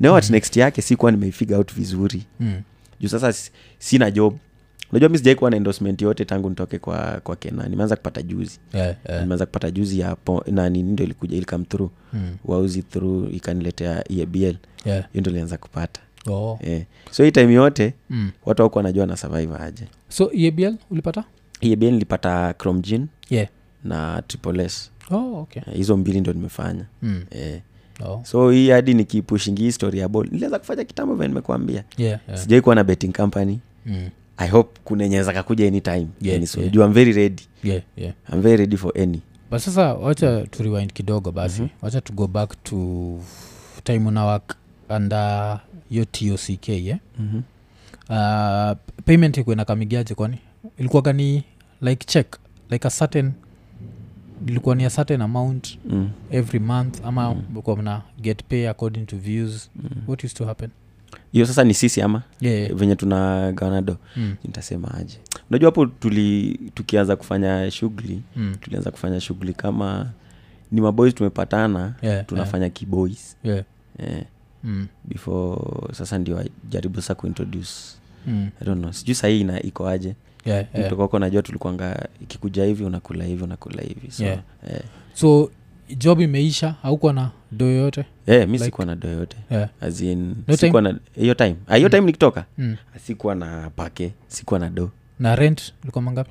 B: na what next yake sikuwa nimeifiga out vizuri
A: Mm-hmm. Mm.
B: juu sasa si- sina job unajua mi sijai kuwa na endorsement yote tangu nitoke kwa kwa kena nimeanza kupata juzi
A: Yeah, yeah.
B: nimeanza kupata juzi ya po- na nini ndo ilikuja ilikam through
A: Mm.
B: wauzi through ikaniletea E ebl
A: Yeah.
B: hiyo ndo lianza kupata
A: Oh.
B: eh. so hii time yote
A: Mm.
B: watu wako wanajua na survive aje E
A: so ebl ulipata
B: ebl nilipata cromjin
A: yeah.
B: na triples
A: oh, okay.
B: eh, hizo mbili ndo nimefanya
A: mm.
B: eh.
A: oh.
B: so hii hadi nikiipushingi hii story ya bol nilianza kufanya kitambo vya nimekuambia
A: yeah, yeah.
B: sijai kuwa na betting company
A: Mm.
B: i hope kuna enye kakuja anytime
A: Yeah,
B: Yaani so,
A: yeah.
B: juu I'm very ready
A: yeah, yeah.
B: I'm very ready for any
A: but sasa wacha tu rewind kidogo basi
B: Mhm.
A: mm-hmm. wacha tu go back to time unawak anda yo tock yeah?
B: Mhm.
A: uh, payment ikuwa inakamigiaje kwani ilikuwaga ni like check like a certain ilikuwa ni a certain amount
B: mm.
A: every month ama mlikuwa mna get pay according to views
B: Mm.
A: what used to happen
B: hiyo sasa ni sisi ama
A: yeah, yeah.
B: venye tuna ganado
A: Mm,
B: nitasema aje unajua hapo tuli tukianza kufanya shughuli
A: mm.
B: tulianza kufanya shughuli kama ni maboys tumepatana
A: Yeah,
B: tunafanya kiboys
A: yeah.
B: eh,
A: Mm,
B: before sasa ndio jaribu sasa kuintroduce
A: mm.
B: I don't know sijui sahii ina iko aje
A: Yeah, yeah.
B: kutoka huko najua tulikuanga ikikuja hivi unakula hivi unakula hivi so,
A: Yeah.
B: eh,
A: so job imeisha haukuwa na do yoyote
B: eh, mi sikuwa na do yote
A: yeah.
B: As in,
A: No
B: sikuwa na hiyo time Ah, hiyo time nikitoka
A: mm.
B: sikuwa na pake sikuwa na do
A: na rent ilikuwa mangapi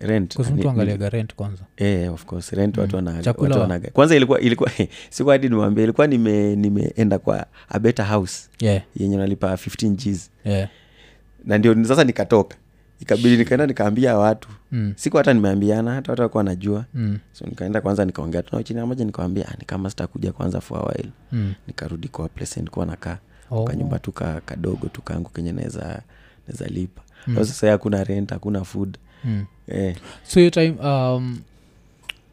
B: rent Yaani
A: Kwa sababu
B: ni-
A: mtu angaliaga rent kwanza
B: Eh, of course rent watu wana-
A: Chakula
B: watu
A: wa-
B: wanaga- kwanza ilikuwa ilikuwa siku hadi nimwambia ilikuwa nime- nimeenda kwa a better house
A: yeah,
B: yenye nalipa 15 gs
A: yeah.
B: na ndio sasa nikatoka ikabidi nikaenda nikaambia watu
A: Mm.
B: siku hata nimeambiana hata watu wakuwa najua
A: Mm.
B: so nikaenda kwanza nikaongea tunao chini moja nikawambia "Ah, ni kama sitakuja kwanza for a while
A: Mm.
B: nikarudi kwa place nilikuwa nakaa
A: Oh.
B: kwa nyumba tu ka- kadogo tu kangu kenye naweza naweza lipa
A: Hmm.
B: mm. sasa hakuna rent hakuna food
A: Mm.
B: eh,
A: so hiyo time um,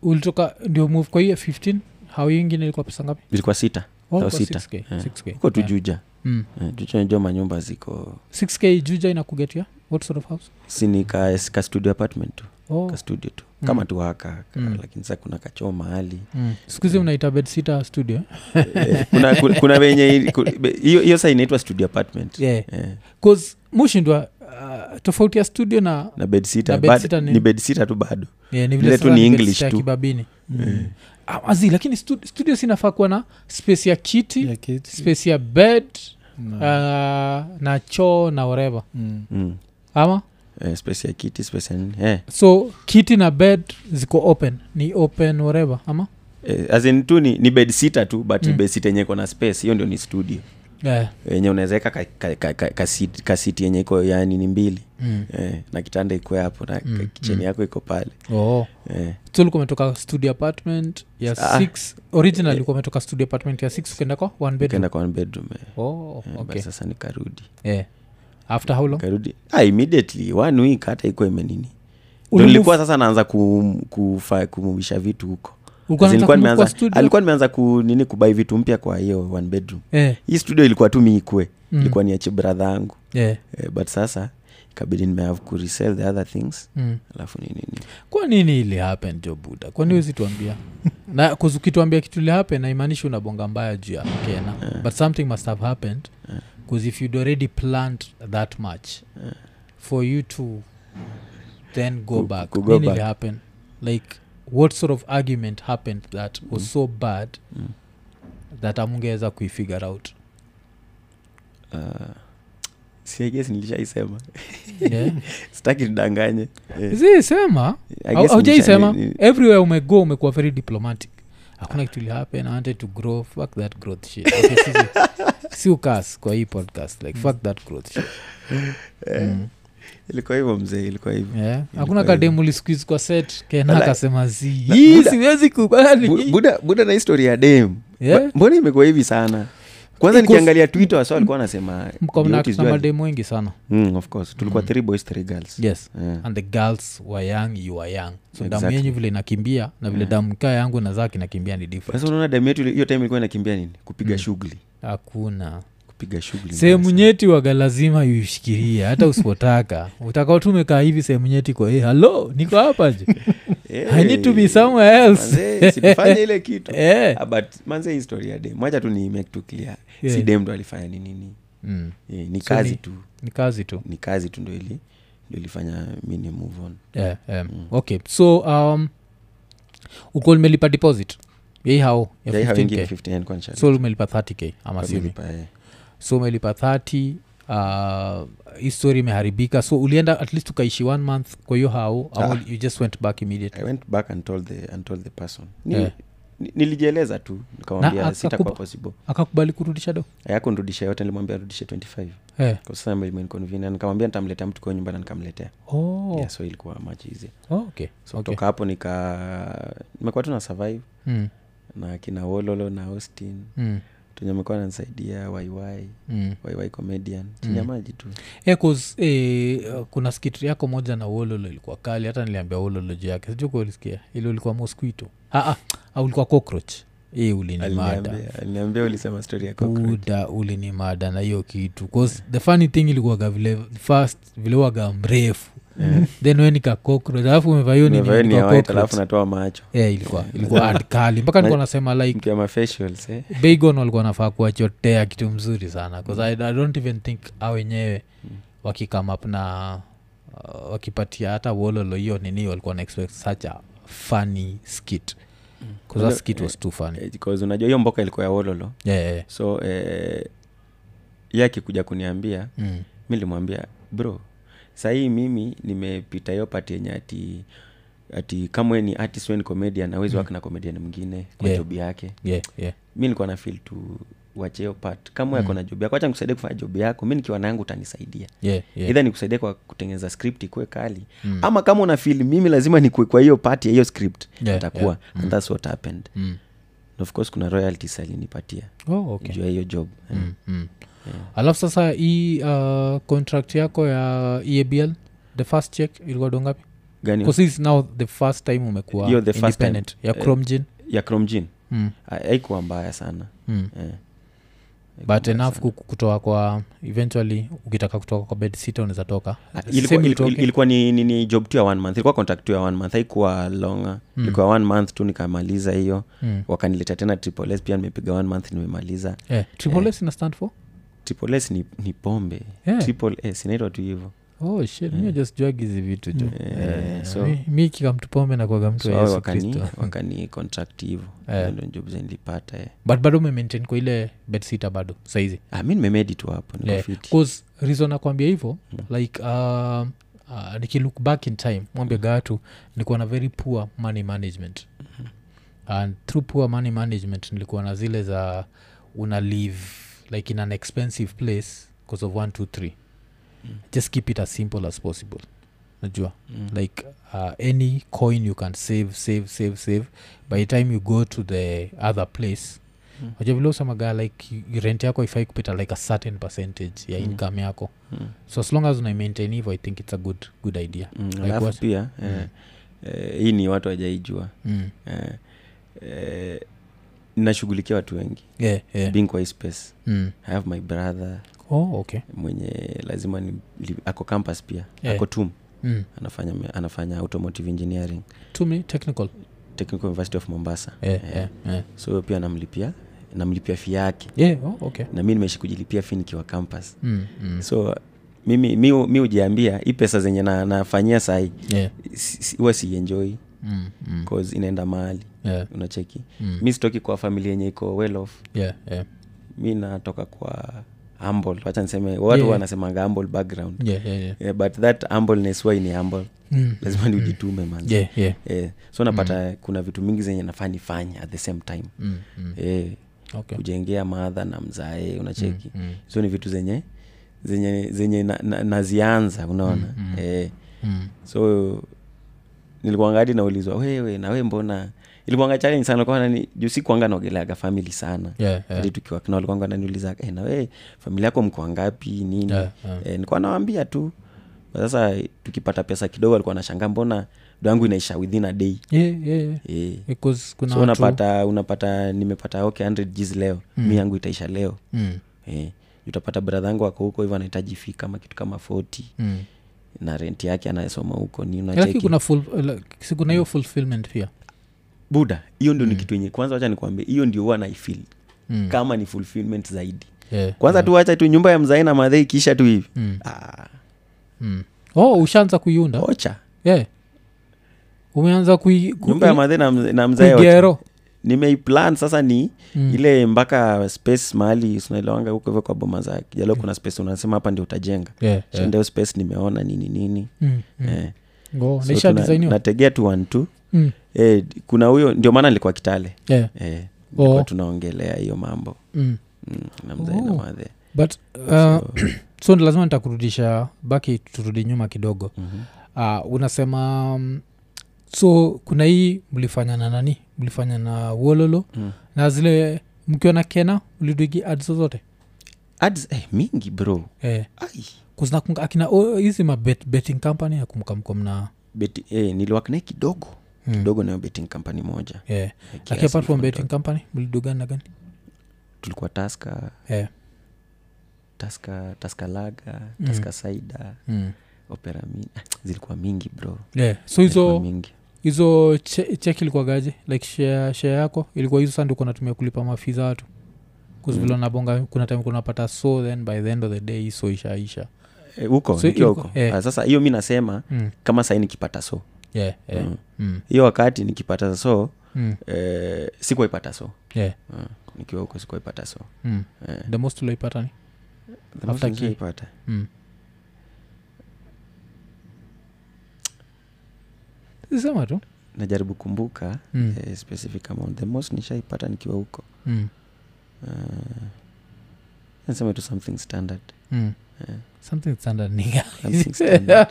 A: ulitoka ndio move kwa hiyo 15 hao ingine ilikuwa pesa ngapi
B: ilikuwa sita
A: Oh,
B: au
A: kwa
B: sita
A: 6K,
B: Eh,
A: 6K,
B: huko tu
A: yeah.
B: juja
A: mm.
B: Eh, juja najua manyumba ziko
A: 6k juja inakugetia what sort of house
B: sini ka, ka studio apartment tu
A: oh.
B: ka studio tu kama tu haka ka,
A: Mm.
B: lakini sasa kuna kachoo mahali
A: mm. skuhizi mnaita bed sita studio eh?
B: Eh, kuna, kuna, kuna venye ku- be- hiyo hiyo saa inaitwa studio apartment
A: yeah.
B: Eh,
A: cause mushindwa uh, tofauti ya studio na
B: na bed
A: Na
B: sita
A: bed
B: bad-
A: sitter ni-
B: ni bed sita tu bado
A: yeah, ni
B: Ile
A: vile
B: tu
A: sasa
B: ni
A: ni bed
B: English
A: sita ya
B: tu.
A: kibabini
B: Eh.
A: mm. Ah, azi lakini stu- studio sinafaa kuwa na space ya kiti
C: ya kiti
A: space ya bed
C: na-
B: Ah.
A: uh, na choo na whatever
C: mm.
B: mm.
A: ama
B: eh, space ya kiti space ya nini eh.
A: so kiti na bed ziko open ni open whatever ama
B: Eh, as in tu ni, ni bed sita tu but
A: Mm.
B: mm. bed sita yenye iko na space hiyo ndio ni studio
A: yeah.
B: yenye unawezaweka kasiti ka, ka, ka, ka sit- ka sit yenye iko ya nini mbili
A: mm.
B: eh, na kitanda iko hapo na
A: Mm,
B: mm. kicheni yako iko pale
A: oh.
B: eh.
A: so ulikuwa umetoka studio apartment ya
B: Ah.
A: six original ulikuwa umetoka studio apartment ya six ukaenda kwa one bedroom
B: ukaenda kwa one bedroom eh.
A: oh,
B: Eh, but
A: okay. Oh.
B: sasa nikarudi
A: yeah. after how long
B: karudi ah, immediately one week hata ikuwa imenini Ndio
A: Ulimove-
B: nilikuwa sasa naanza kum- kufa- kumuvisha vitu huko
A: Ulikuwa
B: As in,
A: unaanza
B: nilikuwa
A: kumove kwa
B: nimeanza
A: studio?
B: alikuwa nimeanza ku nini kubai vitu mpya kwa hiyo one bedroom
A: yeah.
B: hii studio ilikuwa tu miikwe
A: Mm.
B: ilikuwa niache bradha yangu
A: Yeah.
B: eh, but sasa kabidi nimehave kuresell the other things
A: mm.
B: alafu ninini
A: kwa nini ili happen jo buda kwani wezi tuambia na kuzu- ukituambia kitu ili happen naimaanishi unabonga mbaya juu ya kena
B: Yeah.
A: but something must have happened
B: Eh.
A: bcause if you'd already planned that much for you to then go
B: Ku-
A: back
B: ku Eh. go
A: Nini
B: back.
A: ili happen like what sort of argument happened that was so bad
B: Mm.
A: that amungeweza kuifigure out
B: uh, siages nilishaisema
A: yeah.
B: sitaki nidanganye Eh,
A: zisema
B: I guess
A: aujaisema
B: nilisha- ni- ni-
A: everywhere umego umekuwa very diplomatic hakuna kitu lihappen i wanted to grow fuck that growth shit okay, sisi- si ukas kwa hii podcast like fuck that growth shit
B: Hmm. eh,
A: mm.
B: ilikuwa hivyo mzee ilikuwa hivyo
A: yeah. hakuna
B: Ilikuwa
A: kademu lisquiz kwa set
B: Na-
A: kena akasema zi
B: na-
A: hii
B: Buda-
A: siwezi
B: Bu-
A: kubali
B: buda buda na histori ya dem
A: Yeah.
B: Ba- mbona imekuwa hivi sana kwanza
A: Because-
B: nikiangalia twitter wasa alikuwa anasema
A: mko
B: you
A: mna
B: notice you are-
A: mademu wengi sana
B: Mm, of course tulikuwa
A: Mm.
B: three boys three girls
A: yes
B: Eh,
A: and the girls were young you were young so damu
B: Exactly.
A: yenyu vile inakimbia na vile
B: Yeah.
A: damu kaa yangu na zake inakimbia ni different
B: sasa unaona damu yetu ile- hiyo time ilikuwa inakimbia nini kupiga
A: Mm.
B: shughuli
A: hakuna
B: kupiga shughuli
A: sehemu
B: mbaya
A: nyeti waga lazima uishikirie hata usipotaka utakao tumekaa hivi sehemu nyeti kwa hey, halo niko hapa je
B: sana.
A: i need to be
B: Eh,
A: somewhere else
B: manze, sikufanya ile kitu
A: Eh.
B: Ah, but manze history ya dem wacha tu ni make tu clear
A: Yeah.
B: si dem ndo alifanya ni nini
A: Mm,
B: Eh, ni
A: So
B: kazi
A: ni-
B: tu
A: ni kazi tu
B: ni kazi tu ndo ili ndo ilifanya mi ni move on
A: yeah, um, okay so um, uko umelipa deposit yei hao ya
B: Jai hawingi
A: 15k
B: 15 kwa nishali.
A: so umelipa 30k ama sini
B: Wamelipa, eh.
A: so umelipa 30 uh, hii story imeharibika so ulienda at least ukaishi one month kwa hiyo hao ah.
B: Ah.
A: you just went back immediately
B: i went back and told the, and told the person Ni-
A: Eh.
B: ni- nilijieleza tu
A: Na ah,
B: nikamwambia
A: ak-
B: sitakuwa
A: akupa-
B: possible
A: akakubali kurudisha do
B: ayakunrudisha yote nilimwambia arudishe 25
A: eh.
B: kwa sasa ilikuwa inconvenient nikamwambia nitamletea mtu kwa nyumba na nikamletea
A: oh.
B: yeah, so ilikuwa much easier
A: oh, okay. okay.
B: so kutoka hapo nika nimekuwa tu na survive
A: Mm,
B: na kina wololo na austin
A: mm,
B: tunye amekuwa nanisaidia waiwai
A: mm.
B: waiwai comedian chini ya maji tu
A: Eh, 'cause, eh, uh, kuna skit yako moja na wololo ilikuwa kali hata niliambia wololo juu yake sijukulisikia ili ulikuwa mosquito Ah, ah, ah, ulikuwa cockroach e ulinimada
B: Aliniambia- aliniambia ulisema story ya cockroach.
A: buda ulinimada na hiyo kitu bcause the funny thing ilikuwaga vile fast vile waga mrefu then wenika cockroach alafu umevaa hiyo nini,
B: Nimevaa ni
A: ilikuwa
B: Mm. ya white
A: cockroach.
B: alafu natoa macho
A: Eh, ilikuwa ilikuwa hard kali mpaka nilikuwa nasema like
B: mkia mafacials eh?
A: beigon walikuwa nafaa kuwachotea kitu mzuri sana 'cause I, i don't even think a wenyewe wakikame up na uh, wakipatia hata wololo hiyo nini walikuwa na expect such a funny skit 'Cause that
B: Unajua-
A: skit was too funny
B: Mm. Eh, because unajua hiyo mboka ilikuwa ya wololo
A: yeah, yeah, yeah.
B: so eh, ye akikuja kuniambia
A: Mm.
B: mi nilimwambia bro sahii mimi nimepita hiyo pati yenye ati ati kama we ni artist we ni comedian awezi mm. na comedian mwingine kwa
A: Yeah.
B: job yake
A: yeah, yeah.
B: mi nilikuwa na feel tu wache hiyo part kama mm. ako na job yako acha nikusaidie kufanya job yako mi nikiwa nangu utanisaidia
A: yeah, yeah.
B: idha nikusaidie kwa kutengeneza script ikuwe kali mm. ama kama una feel mimi lazima nikue kwa hiyo part ya hiyo script
A: Yeah,
B: nitakuwa
A: yeah.
B: and thats what happened
A: Mm.
B: And of course kuna royalties alinipatia
A: Oh, okay.
B: juu ya hiyo job Eh.
A: Mm, mm. alafu sasa hii uh, contract yako ya E eabl the first check ilikuwa dongapi
B: gani
A: bcause is now the first time umekuwa
B: Hiyo the first time.
A: independent ya
B: Eh,
A: cromjin
B: ya cromjin
A: mm,
B: haikuwa mbaya sana
A: mm.
B: eh.
A: but enough ku- kutoa kwa eventually ukitaka kutoka kwa bed sita unaweza toka
B: Ah,
A: Same
B: ilikuwa, ilikuwa,
A: itoke.
B: ilikuwa ni, ni, ni job tu ya one month ilikuwa contract tu ya one month haikuwa longa mm. ilikuwa one month tu nikamaliza hiyo
A: Mm.
B: wakanileta tena triple S, pia nimepiga one month nimemaliza
A: Eh, triple S ina stand for
B: triple S ni, ni pombe
A: Yeah.
B: triple S inaitwa tu hivyo
A: oh shit mi just jua hizi vitu jo
B: Eh, so-
A: mi, mi kikamtupombe na kuaga mtu
B: so
A: wa
B: hao
A: yesu
B: wakani,
A: kristo
B: wakani contract hivyo Hiyo ndo job zenilipata eh.
A: but bado umemaintain kwa ile bed sita bado saizi
B: ah, mi nimemedi tu hapo niko
A: Yeah.
B: fiti.
A: 'Cause reason nakwambia hivyo like um, uh, nikilook back in time mwambia gatu nilikuwa na very poor money management and through poor money management nilikuwa na zile za una live like in an expensive place because of one two three just keep it as simple as possible najua
B: Mm.
A: like uh, any coin you can save save save save by the time you go to the other place
B: Mm.
A: waja vile usemaga like y- rent yako ifai kupita like a certain percentage ya
B: Hmm.
A: income yako
B: Mm.
A: so as long as unaimaintain hivo i think its a good good idea
B: Mm,
A: Like
B: alafu
A: what?
B: pia eh, eh, hii ni watu wajaijua
A: mm.
B: eh, eh, nashughulikia watu wengi
A: yeah, yeah.
B: being kwa hii space
A: Mm.
B: i have my brother
A: oh, okay
B: mwenye lazima ni, li, ako campus pia
A: Eh.
B: yeah. ako tum
A: mm.
B: anafanya, me- anafanya automotive engineering
A: tumi technical
B: technical university of mombasa
A: yeah, yeah. Yeah.
B: so hiyo pia namlipia namlipia fi yake
A: Yeah. Oh, okay
B: na mi nimeishi kujilipia fi nikiwa campus
A: mm. Mm.
B: so mimi mi, mi hujiambia hii pesa zenye na, nafanyia sahii
A: Yeah.
B: si- si- huwa siienjoi
A: Mm. Mm.
B: cause inaenda mahali
A: Yeah.
B: unacheki
A: Mm.
B: mi sitoki kwa familia yenye iko well off
A: Yeah. Yeah.
B: mi natoka kwa humble wacha niseme watu
A: Yeah.
B: yeah. wanasemanga humble background
A: Yeah. Yeah. Yeah.
B: yeah, but that humbleness huwa ni humble
A: Mm.
B: lazima ni ujitume man
A: Yeah. Yeah.
B: yeah. so napata mm. kuna vitu mingi zenye nafaa nifanye at the same time
A: Mm. Mm.
B: yeah.
A: Okay.
B: kujengea madha na mzae unacheki
A: Mm.
B: so ni vitu zenye zenye zenye na, na, nazianza unaona mm, mm. Eh,
A: Mm.
B: so nilikuanga hadi naulizwa wewe na we mbona ilikuanga challenge sana kwa nani juu si kuanga naogeleaga family sana
A: Yeah. Yeah.
B: hadi tukiwa na walikuanga wananiuliza eh, na we familia yako mko ngapi nini
A: Yeah, yeah.
B: eh, nilikuwa nawaambia tu But sasa tukipata pesa kidogo alikuwa anashangaa mbona do yangu inaisha within a day
A: Yeah, yeah, yeah.
B: eh.
A: Because kuna
B: so
A: watu-
B: unapata unapata nimepata okay 100 gs leo mm. mi yangu itaisha leo
A: Mm.
B: eh. utapata bradha yangu ako huko hivyo anahitaji fii kama kitu kama 40
A: Mm.
B: na renti yake anayesoma huko ni
A: lakini
B: unacheki
A: kuna full, like, si kuna hiyo fulfillment pia
B: buda hiyo ndio ni kitu yenye kwanza wacha nikuambia hiyo ndio huwa naifil
A: Mm.
B: kama ni fulfillment zaidi
A: Yeah.
B: kwanza tu wacha tu nyumba ya mzae na madhe ikiisha tu hivi
A: Mm.
B: ah,
A: Mm. oh ushaanza kuiunda
B: ocha
A: yeah. umeanza kui- ku-
B: nyumba ya madhe na, mz- na mzae ocha
A: kuigero
B: nimeiplan sasa ni
A: Mm.
B: mm. ile mpaka space mahali sinaelewanga huko hivyo kwa boma zake jalo kuna space unasema hapa ndio utajenga
A: Yeah,
B: yeah.
A: yeah.
B: ndio space nimeona nini nini
A: Mm, Eh. mm.
B: eh.
A: Ngo,
B: So
A: naisha
B: tuna-
A: designiwa
B: nategea tu one tu
A: Mm,
B: eh, kuna huyo ndio maana nilikuwa kitale
A: yeah,
B: eh,
A: Oh.
B: oh. tunaongelea hiyo mambo
A: mm.
B: mm, na mzae na
A: Oh.
B: madhe
A: but uh, so ni lazima nitakurudisha baki turudi nyuma kidogo
B: Mhm.
A: uh, unasema um, so kuna hii mlifanya na nani mlifanya na wololo
B: Mm.
A: na zile mkiwa na kena mlidwigi ad zozote
B: ads eh, mingi bro
A: eh,
B: Ai.
A: kuzinakunga akina o- hizi ma bet, betting company akumkamko mna
B: Beti, eh, niliwork naye kidogo
A: mm.
B: kidogo nayo betting company moja
A: yeah.
B: Eh, Hmm. kiasi
A: lakini apart from
B: fulani.
A: betting company mlidugani na gani Eh.
B: tulikuwa taska
A: yeah.
B: taska taska laga
A: Mm.
B: taska saida
A: mm.
B: opera mi- ah, zilikuwa mingi bro
A: yeah. Eh, so
B: Zilikuwa
A: hizo
B: mingi
A: hizo che, cheki ilikuwa gaje like share, share yako ilikuwa hizo sanduku natumia kulipa mafiza watu kuzivila
B: Hmm.
A: mm. nabonga kuna time kunapata so then by the end of the day so ishaisha
B: Eh, huko
A: So
B: nikiwa
A: ilikuwa-
B: huko
A: eh.
B: Ah, sasa hiyo mi nasema
A: mm.
B: kama sahii nikipata so
A: yeah, yeah. Mm.
B: Mm.
A: Mm.
B: hiyo wakati nikipata so
A: Mm.
B: eh, sikuwaipata so
A: Yeah.
B: Ah, nikiwa huko sikuwaipata so
A: Mm.
B: Eh,
A: the most ulioipata ni
B: the most
A: After key.
B: niliyoipata,
A: mm. sema tu
B: najaribu kumbuka
A: Mm.
B: eh, specific amount the most nishaipata nikiwa huko
A: mm.
B: Eh, nasema tu something standard
A: Mm.
B: Eh.
A: something standard niga
B: Something standard.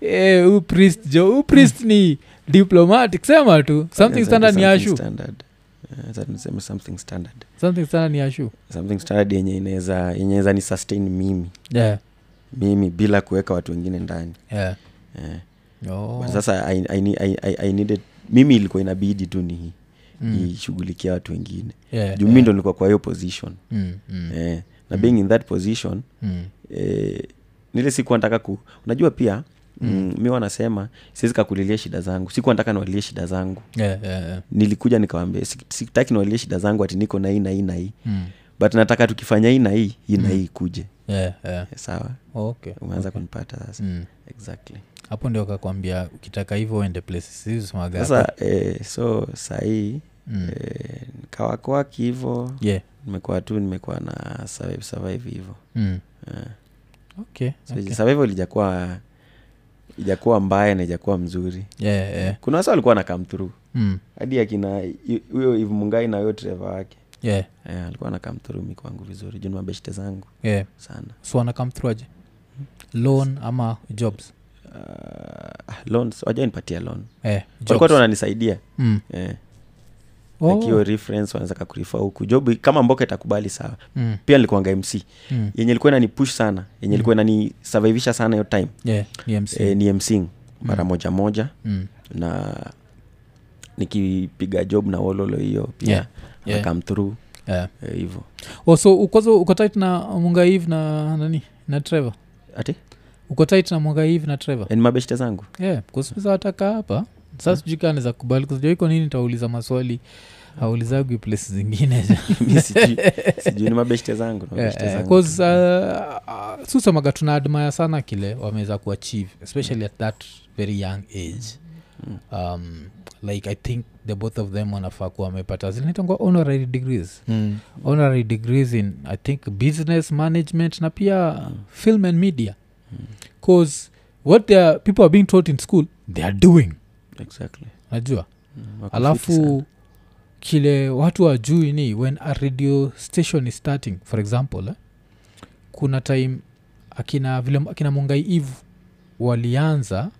A: Eh, u priest jo u priest ni diplomatic sema tu something
B: Nasema
A: standard
B: tu
A: ni
B: something
A: ashu
B: standard. Eh, acha niseme something standard
A: something standard ni ashu
B: something standard yenye inaweza yenye inaweza ni sustain mimi
A: yeah.
B: mimi bila kuweka watu wengine ndani
A: yeah.
B: eh.
A: oh.
B: But sasa I, I, ne- I, I, I needed mimi ilikuwa inabidi tu ni
A: Mm.
B: ishughulikia watu wengine
A: Yeah,
B: juu mi
A: yeah.
B: ndo nilikuwa kwa hiyo position
A: Mm, mm,
B: eh. na
A: Mm.
B: being in that position
A: mm.
B: eh, nile sikuwa nataka ku unajua pia mm. mi wanasema siwezi kakulilia shida zangu sikuwa nataka niwalilie shida zangu
A: Yeah, yeah, yeah.
B: nilikuja nikawambia sitaki niwalilie shida zangu ati niko na hii na hii na hii
A: Mm.
B: but nataka tukifanya hii na hii hii na hii ikuje Eh,
A: Yeah, yeah.
B: sawa
A: Okay,
B: umeanza
A: Mm. okay.
B: kunipata sasa
A: Mm.
B: exactly
A: hapo ndio kakwambia ukitaka hivyo uende places hizi usemaga
B: sasa eh, so sahii
A: Mm.
B: eh, nikawakwaki hivo
A: yeah.
B: nimekuwa tu nimekuwa na survive survive hivo
A: mm.
B: Eh,
A: okay.
B: so
A: okay.
B: survival ijakuwa ijakuwa mbaya na ijakuwa mzuri
A: yeah, yeah.
B: kuna wasa walikuwa na come through
A: Mm.
B: hadi akina yu- huyo Eve mungai na huyo treva wake
A: yeah.
B: eh, alikuwa na come through mi kwangu vizuri juu ni mabeshte zangu
A: yeah.
B: sana
A: so wana come through aje loan ama jobs
B: uh, loans wajua nipatia loan
A: eh,
B: walikuwa tu
A: jobs.
B: wananisaidia
A: Mm.
B: eh,
A: Oh.
B: like hiyo reference wanaweza kakurifa huku job kama mboka itakubali sawa
A: Mm.
B: pia nilikuanga mc
A: Mm.
B: yenye ilikuwa inanipush sana yenye ilikuwa inanisurvivisha sana hiyo time
A: Yeah, ni MC.
B: eh, ni mc mara
A: Mm.
B: moja moja
A: Mm.
B: na nikipiga job na wololo hiyo pia
A: Yeah, yeah.
B: akam through
A: yeah.
B: Eh, hivo
A: oh, so ukwaza uko tight na mungaiv na nani na trevor
B: ati
A: uko tight na mungaiv na trevor
B: Eh, ni mabeshte zangu
A: yeah, kusuiza wataka hapa saa sijui kaa naeza kubali kusijua iko nini tauliza maswali aulizagwi place zingine Eh,
B: Mi sijui sijui ni mabeshte zangu ni mabeshte zangu.
A: uh, susemaga uh, tuna admire sana kile wameweza kuachieve especially at that very young age um, like i think the both of them wanafaa kuwa wamepata zinaitangwa honorary degrees
B: Mm.
A: honorary degrees in i think business management na pia film and media because what they are, people are being taught in school they are doing
B: Exactly.
A: najua
B: Mm, wako fiti sana.
A: alafu kile watu wajui ni when a radio station is starting for example eh, kuna time akina vile akina mungai eve walianza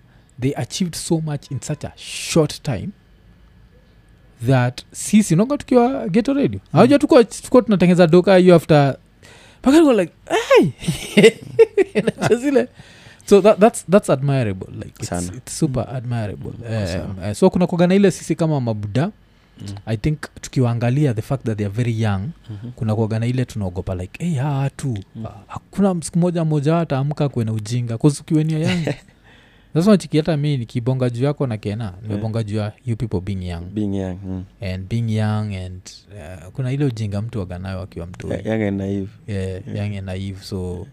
A: they achieved so much in such a short time that sisi naga tukiwa geto radio aja tukuwa tukuwa tunatengeza doka hiyo after mpaka niko like hey! Najua zile so that, that's, that's admirable like it's,
B: Sana.
A: it's super admirable
B: Mm,
A: Eh,
B: awesome.
A: eh, so kuna kuagana ile sisi kama mabuda
B: Mm.
A: i think tukiwaangalia the fact that they are very young
B: Mhm.
A: kuna kuagana ile tunaogopa like hey, hawa watu
B: Mm.
A: ah, hakuna siku moja moja wataamka kuwe na ujinga kusukiwenia young sasa nachiki hata mi nikibonga juu yako na
B: Eh.
A: kena nimebonga juu ya you people being young
B: Being young, mm.
A: and being young and uh, kuna ile ujinga mtu waganayo akiwa mtoi
B: Ya- young and naive.
A: yeah,
B: Eh.
A: young and naive so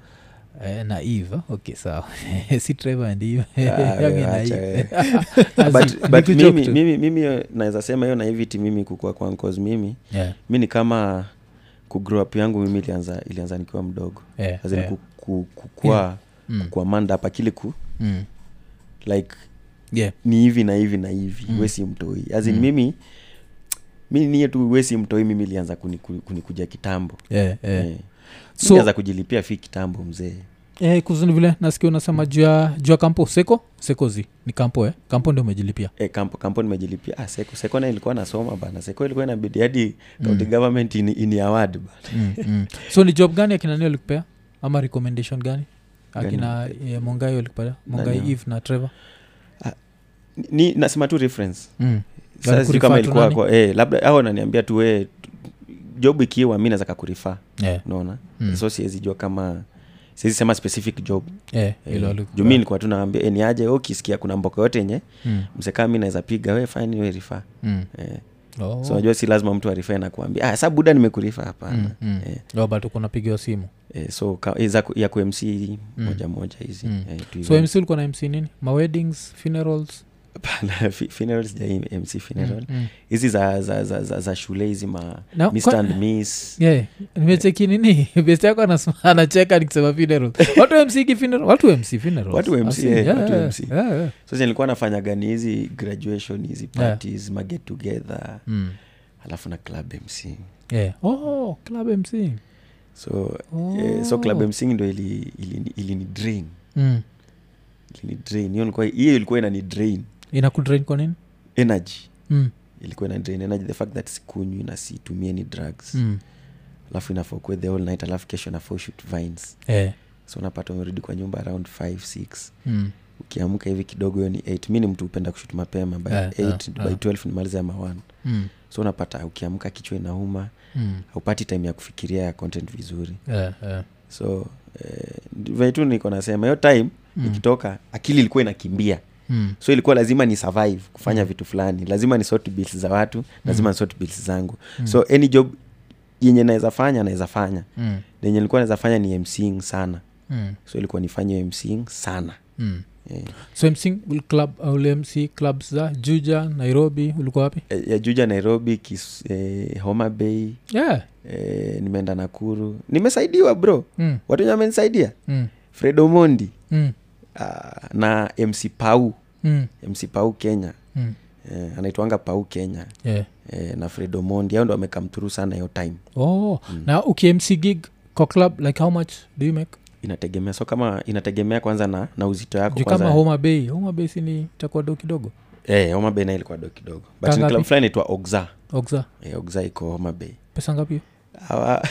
A: eh, naive ah, okay sawa si trevor and Eve.
B: Ah,
A: Young
B: wewe
A: and
B: acha
A: naive. As in,
B: But- but
A: ni kujoke
B: mimi-
A: tu.
B: mimi- mimi eh, naweza sema hiyo naiviti mimi kukua kwangu 'cause mimi
A: Yeah,
B: mi ni kama kugrow up yangu mimi ilianza, ilianza nikiwa mdogo
A: yeah,
B: As in
A: yeah.
B: ku- ku- kukua
A: Eh, Mm,
B: kukua manda hapa kile ku
A: mm,
B: like
A: yeah,
B: ni hivi na hivi na hivi
A: Mm.
B: mm. wesi mtoi As in
A: Mm.
B: mimi mi niye tu wesi mtoi mimi ilianza kuniku- kunikuja kitambo
A: yeah, yeah.
B: Eh.
A: So-
B: Nilianza kujilipia fi kitambo mzee
A: Eh, kuzuni vile nasikia unasema juu ya juu ya kampo seko sekozi ni kampo eh? kampo ndio umejilipia
B: e, kampo, kampo nimejilipia ah, seko, seko na ilikuwa nasoma bana seko ilikuwa inabidi hadi county government ini, ini award bana
A: mm, mm. so ni job gani akina nio likupea ama recommendation gani akina eh, mongai walikupea mongai
B: Nani?
A: eve na trevor
B: Ni- ni nasema tu reference
A: mm.
B: Sasa
A: Walikurifaa
B: sijui kama
A: tu
B: ilikuwa
A: nani?
B: kwa, eh, labda au naniambia tu we job ikiwa mi naweza kakurifaa
A: yeah.
B: unaona
A: Mm.
B: so siwezi jua kama siwezi sema specific job
A: yeah, hilo
B: Eh,
A: walikupea.
B: juu mi nilikuwa tu naambia eh, ni aje ukisikia kuna mboka yote yenye
A: Mm,
B: msekaa mi naweza piga we fine we refer
A: mm.
B: eh.
A: Oh.
B: so najua si lazima mtu arifa na kuambia ah, sa buda nimekurifa hapana
A: Mm, mm.
B: eh,
A: Oh, but uko napigiwa simu
B: eh, so ka, eh, za, ku- ya kumc moja moja hizi
A: Mm.
B: eh, tu
A: so
B: event.
A: mc ulikuwa na mc nini maweddings funerals
B: Hapana, fi- funeral sijai mc funeral
A: Mm, mm.
B: hizi za, za, za, za, za shule hizi ma
A: Na-
B: Mr.
A: kwa-
B: and miss
A: yeah. nimecheki nini best yako anasema- anacheka nikisema funeral watu mc funeral watu mc funeral
B: Watu MC, eh, watu MC. so zi nilikuwa nafanyagani hizi graduation hizi parties ma get together alafu na club mc
A: Yeah. Oh, club mc
B: so
A: oh.
B: eh, so club mc ndo ilini ili, ili ilini drain
A: mm.
B: ilini drain hiyo nilikuwa- hiyo ilikuwa inani drain
A: inakudrain kwa nini
B: energy
A: mm.
B: ilikuwa ina drain energy the fact that sikunywi na situmie ni drugs
A: Mm.
B: alafu inafaa kuwe the whole night alafu kesho nafaa shoot vines
A: Eh.
B: so unapata umerudi kwa nyumba around 5 6
A: Mm.
B: ukiamka hivi kidogo hiyo ni 8 mi ni mtu hupenda kushut mapema by
A: Eh,
B: 8
A: eh,
B: by
A: eh.
B: 12 nimaliza ama 1
A: Mm.
B: so unapata ukiamka kichwa inauma
A: Mm.
B: haupati time ya kufikiria ya content vizuri
A: Eh, eh.
B: so eh, vile tu niko nasema hiyo time
A: Mm.
B: nikitoka akili ilikuwa inakimbia
A: Mm.
B: so ilikuwa lazima ni survive kufanya vitu fulani lazima ni sort bills za watu lazima ni sort bills zangu
A: Mm.
B: so any job yenye naweza fanya naweza fanya
A: Mm.
B: Na yenye nilikuwa naweza fanya ni mcing sana
A: Mm.
B: so ilikuwa nifanye mcing sana
A: Mm.
B: Eh,
A: so mc club uh, ule mc clubs za juja nairobi ulikuwa wapi
B: eh, ya juja nairobi kis, eh, homa bay
A: yeah.
B: eh, nimeenda nakuru nimesaidiwa bro
A: mm.
B: watu wenye wamenisaidia
A: Mm.
B: fred omondi
A: Mm.
B: ah, na mc pau
A: Mm.
B: mc pau kenya
A: Mm.
B: eh, anaitwanga pau kenya
A: Yeah.
B: eh, na fred omondi au ndo amekamthuru sana hiyo time
A: oh
B: Mm.
A: na ukimc gig kwa club like how much do you make
B: inategemea so kama inategemea kwanza na, na uzito yako
A: juu kama
B: kwanza
A: homa bay homa bay sini itakuwa do kidogo
B: eh, homa bay nayo ilikuwa do kidogo but
A: Tangapi?
B: ni club fulani inaitwa ogza
A: ogza
B: eh, ogza iko homa bay
A: pesa ngapi
B: hawa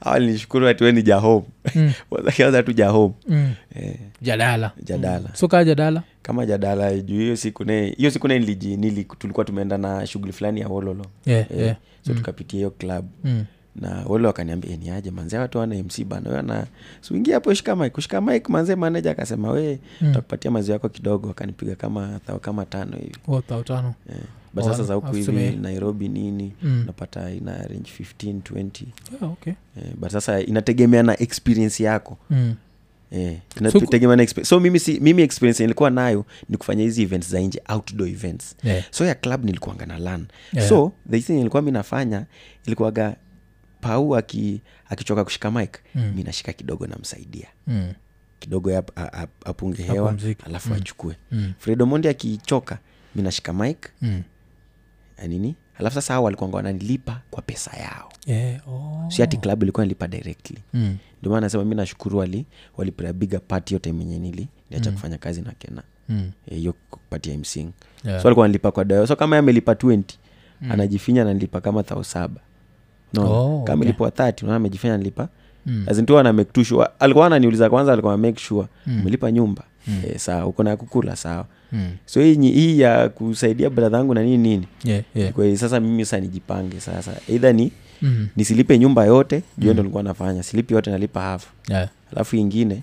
B: hawa nilishukuru ati we ni ja home
A: Mm.
B: wazakianza tu ja home
A: mm.
B: eh,
A: jadala
B: jadala
A: so kaa jadala
B: kama jadala juu hiyo siku ne hiyo siku ne niliji nili, tulikuwa tumeenda na shughuli fulani ya wololo
A: yeah,
B: Eh,
A: yeah. Yeah.
B: so tukapitia hiyo club
A: Mm.
B: na wale wakaniambia "Eh, ni aje manzee watu wana mc bana we ana suingia hapo shika mike kushika mike manzee maneja akasema we
A: Mm.
B: takupatia mazio yako kidogo akanipiga kama thao kama tano hivi
A: Wata utano
B: eh. but
A: Oh,
B: sasa za huku hivi
A: afuseme-
B: nairobi nini
A: Mm.
B: unapata ina range 15 20
A: Yeah, okay.
B: eh, but sasa inategemea na experience yako
A: mm.
B: eh,
A: So-
B: inategemea na expe- so mimi, si, mimi experience nilikuwa nayo ni kufanya hizi events za nje outdoor events
A: yeah.
B: so ya club nilikuanga na lan
A: Yeah.
B: yeah. so the thing nilikuwa mi nafanya ilikuwaga pau aki, akichoka kushika mike
A: Mm.
B: mm. mi nashika kidogo namsaidia
A: Mm.
B: kidogo ya- a- a- apunge hewa
A: Apumzike.
B: alafu achukue
A: Mm.
B: fredomondi akichoka mi nashika mike
A: Mm.
B: nini alafu sasa hao walikuanga wananilipa kwa pesa yao
A: Yeah. Oh.
B: si ati club ilikuwa nilipa directly
A: mm.
B: ndio maana nasema mi nashukuru wali waliprabiga pati yote mwenye nili niacha kufanya kazi na kena
A: Mm.
B: Eh, hiyo pati ya msing
A: Yeah. Mm.
B: so alikuwa analipa kwa dawa so kama yeye amelipa 20 anajifinya ananilipa kama thao saba no
A: Oh,
B: kama
A: okay.
B: ilipoa 30 unaona amejifinya analipa
A: Mm.
B: mm. tu ana make tu sure alikuwa ananiuliza kwanza alikuwa ana make sure umelipa nyumba mm. eh, sawa uko na ya kukula sawa
A: Mm.
B: so hii nyi- hii ya kusaidia brother yangu na nini nini
A: Yeah, yeah.
B: kwa hiyo sasa mimi sasa nijipange sasa either ni
A: Mm.
B: nisilipe nyumba yote juu hiyo ndo nilikuwa nafanya silipi yote nalipa hafu
A: Yeah.
B: alafu ingine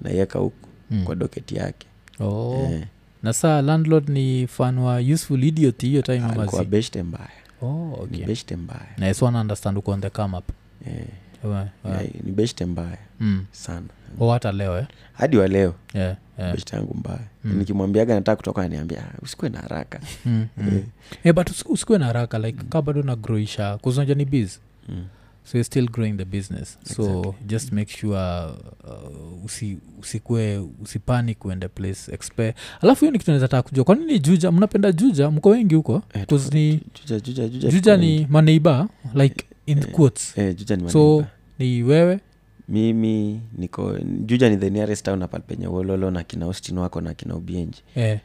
B: naiweka huku
A: Mm.
B: mm. kwa doketi yake
A: Oh.
B: Eh,
A: na saa landlord ni fan wa useful idiot hiyo time
B: alikuwa
A: amazi
B: beshte mbaya
A: oh,
B: ni
A: okay.
B: beshte mbaya
A: naeswana understand uko on the come up
B: eh,
A: Wa- wa-
B: ni- ni beshte mbaya
A: mm.
B: sana
A: oh, hata leo eh?
B: hadi wa leo
A: yeah, yeah.
B: beshte yangu mbaya nikimwambiaga nataka kutoka aniambia usikue na haraka
A: Mm, mm.
B: Eh.
A: Eh, but usi- usikuwe na haraka like mm. ka bado nagroisha kuznaja ni biz
B: Mm.
A: so you're still growing the business so
B: Exactly.
A: just make sure uh, usi, usikue usipanic when the place expe alafu hiyo ni kitu naweza taka kujua kwa nini juja mnapenda juja mko wengi huko
B: Eh, tuko-
A: Cause ni
B: juja juja juja
A: juja
B: tuko
A: ni
B: wengi.
A: maneiba like in quotes
B: eh, juja ni
A: so
B: maneighbour.
A: ni wewe
B: mimi niko juja ni the nearest town hapa penye wololo na kina austin wako na kina ubienji
A: eh.
B: Eh.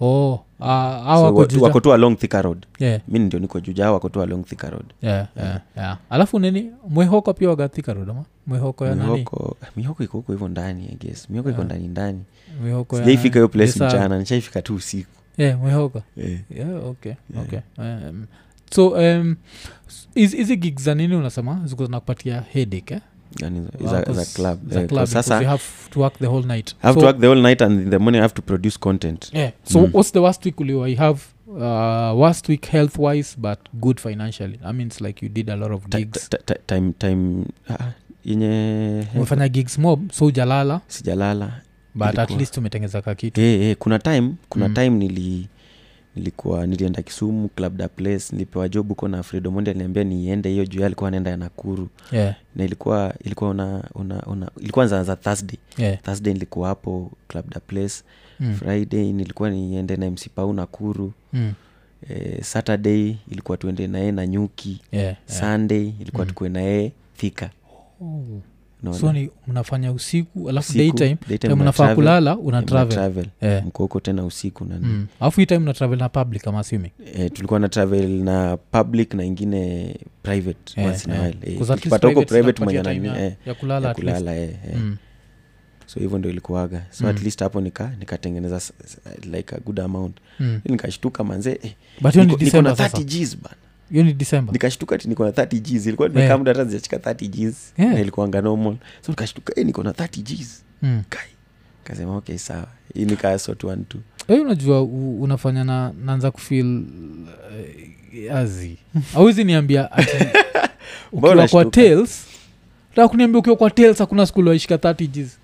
A: oh, ah, ah,
B: So
A: wako
B: wa-
A: Juja.
B: wako tu along thika road
A: Yeah,
B: mi ndio niko juja hao wako tu along thika road
A: yeah, yeah, yeah. alafu nini mwehoko pia wagathika rodoma mwehoko ya nani
B: mihoko mihoko iko huko hivyo ndani I guess mihoko iko
A: Ah.
B: ndani ndani
A: mwehoko
B: sijaifika hiyo place
A: Desa-
B: mchana nishaifika tu usiku
A: yeah, mwehoko
B: eh.
A: yeah, okay,
B: Yeah.
A: okay. Um, so um, s- hizi hizi gig za nini unasema ziko zinakupatia headache eh?
B: yani Yaani za-
A: Wow,
B: za, za
A: cause-
B: club,
A: za
B: eh,
A: club
B: cause
A: because
B: sasa
A: you have to work the whole night
B: I have
A: so,
B: to work the whole night and in the morning I have to produce content
A: yeah. so
B: Mm.
A: what's the worst week uliwai have uh, worst week health wise but good financially i mean it's like you did a lot of
B: Ti-
A: gigs
B: ti- ti- time time ah, yenye
A: umefanya gigs mob so ujalala
B: sijalala
A: but at
B: Ilikuwa-
A: least umetengeza ka kitu
B: hey, hey, kuna time kuna
A: Mm.
B: mm. time nili nilikuwa nilienda kisumu club da place nilipewa job huko na fredomondi aliniambia niende hiyo juu yeye alikuwa anaenda ya nakuru
A: yeah,
B: na ilikuwa ilikuwa una, una, una ilikuwa zaanza thursday
A: yeah.
B: thursday nilikuwa hapo club da place
A: Mm,
B: friday nilikuwa niende na msipau nakuru
A: mm,
B: eh, saturday ilikuwa tuende naye na nyuki
A: yeah, yeah.
B: Eh. sunday ilikuwa
A: Mm.
B: tukue naye thika
A: Oh.
B: unaona?
A: so ni mnafanya usiku alafu
B: Usiku,
A: daytime
B: daytime
A: time
B: mna
A: unafaa
B: travel,
A: kulala una
B: mna
A: travel
B: travel.
A: Eh.
B: mko huko tena usiku na nini.
A: Mm. alafu hii time una travel na public ama assuming
B: eh, tulikuwa na travel na public na ingine private
A: Eh,
B: once in a
A: eh.
B: while, eh.
A: 'Cause at least
B: Ukipata huko private
A: zinakupatia
B: mwenye
A: time
B: nani,
A: ya-
B: eh,
A: ya kulala
B: ya
A: at least.
B: kulala eh, eh.
A: Mm.
B: so hivyo ndo ilikuwaga so
A: Mm.
B: at least hapo nika nikatengeneza s- s- like a good amount
A: Mm.
B: nikashtuka manze eh,
A: But hiyo ni
B: niko- niko na
A: December sasa.
B: 30 gs bana
A: hiyo ni december
B: nikashtuka ti niko na 30 gs ilikuwa
A: Yeah.
B: nimekaa muda hata zijachika 30 gs
A: Yeah.
B: na ilikuanga normal so nikashtuka eh, niko na 30 gs
A: mm.
B: kai kasema okay sawa hii nikaasotuantu
A: Eh, unajua u- unafanya na naanza kufil uh, azi awezi niambia ati ukiwa kwa
B: unashtuka?
A: tails ta kuniambia ukiwa kwa tails hakuna skulu waishika 30 gs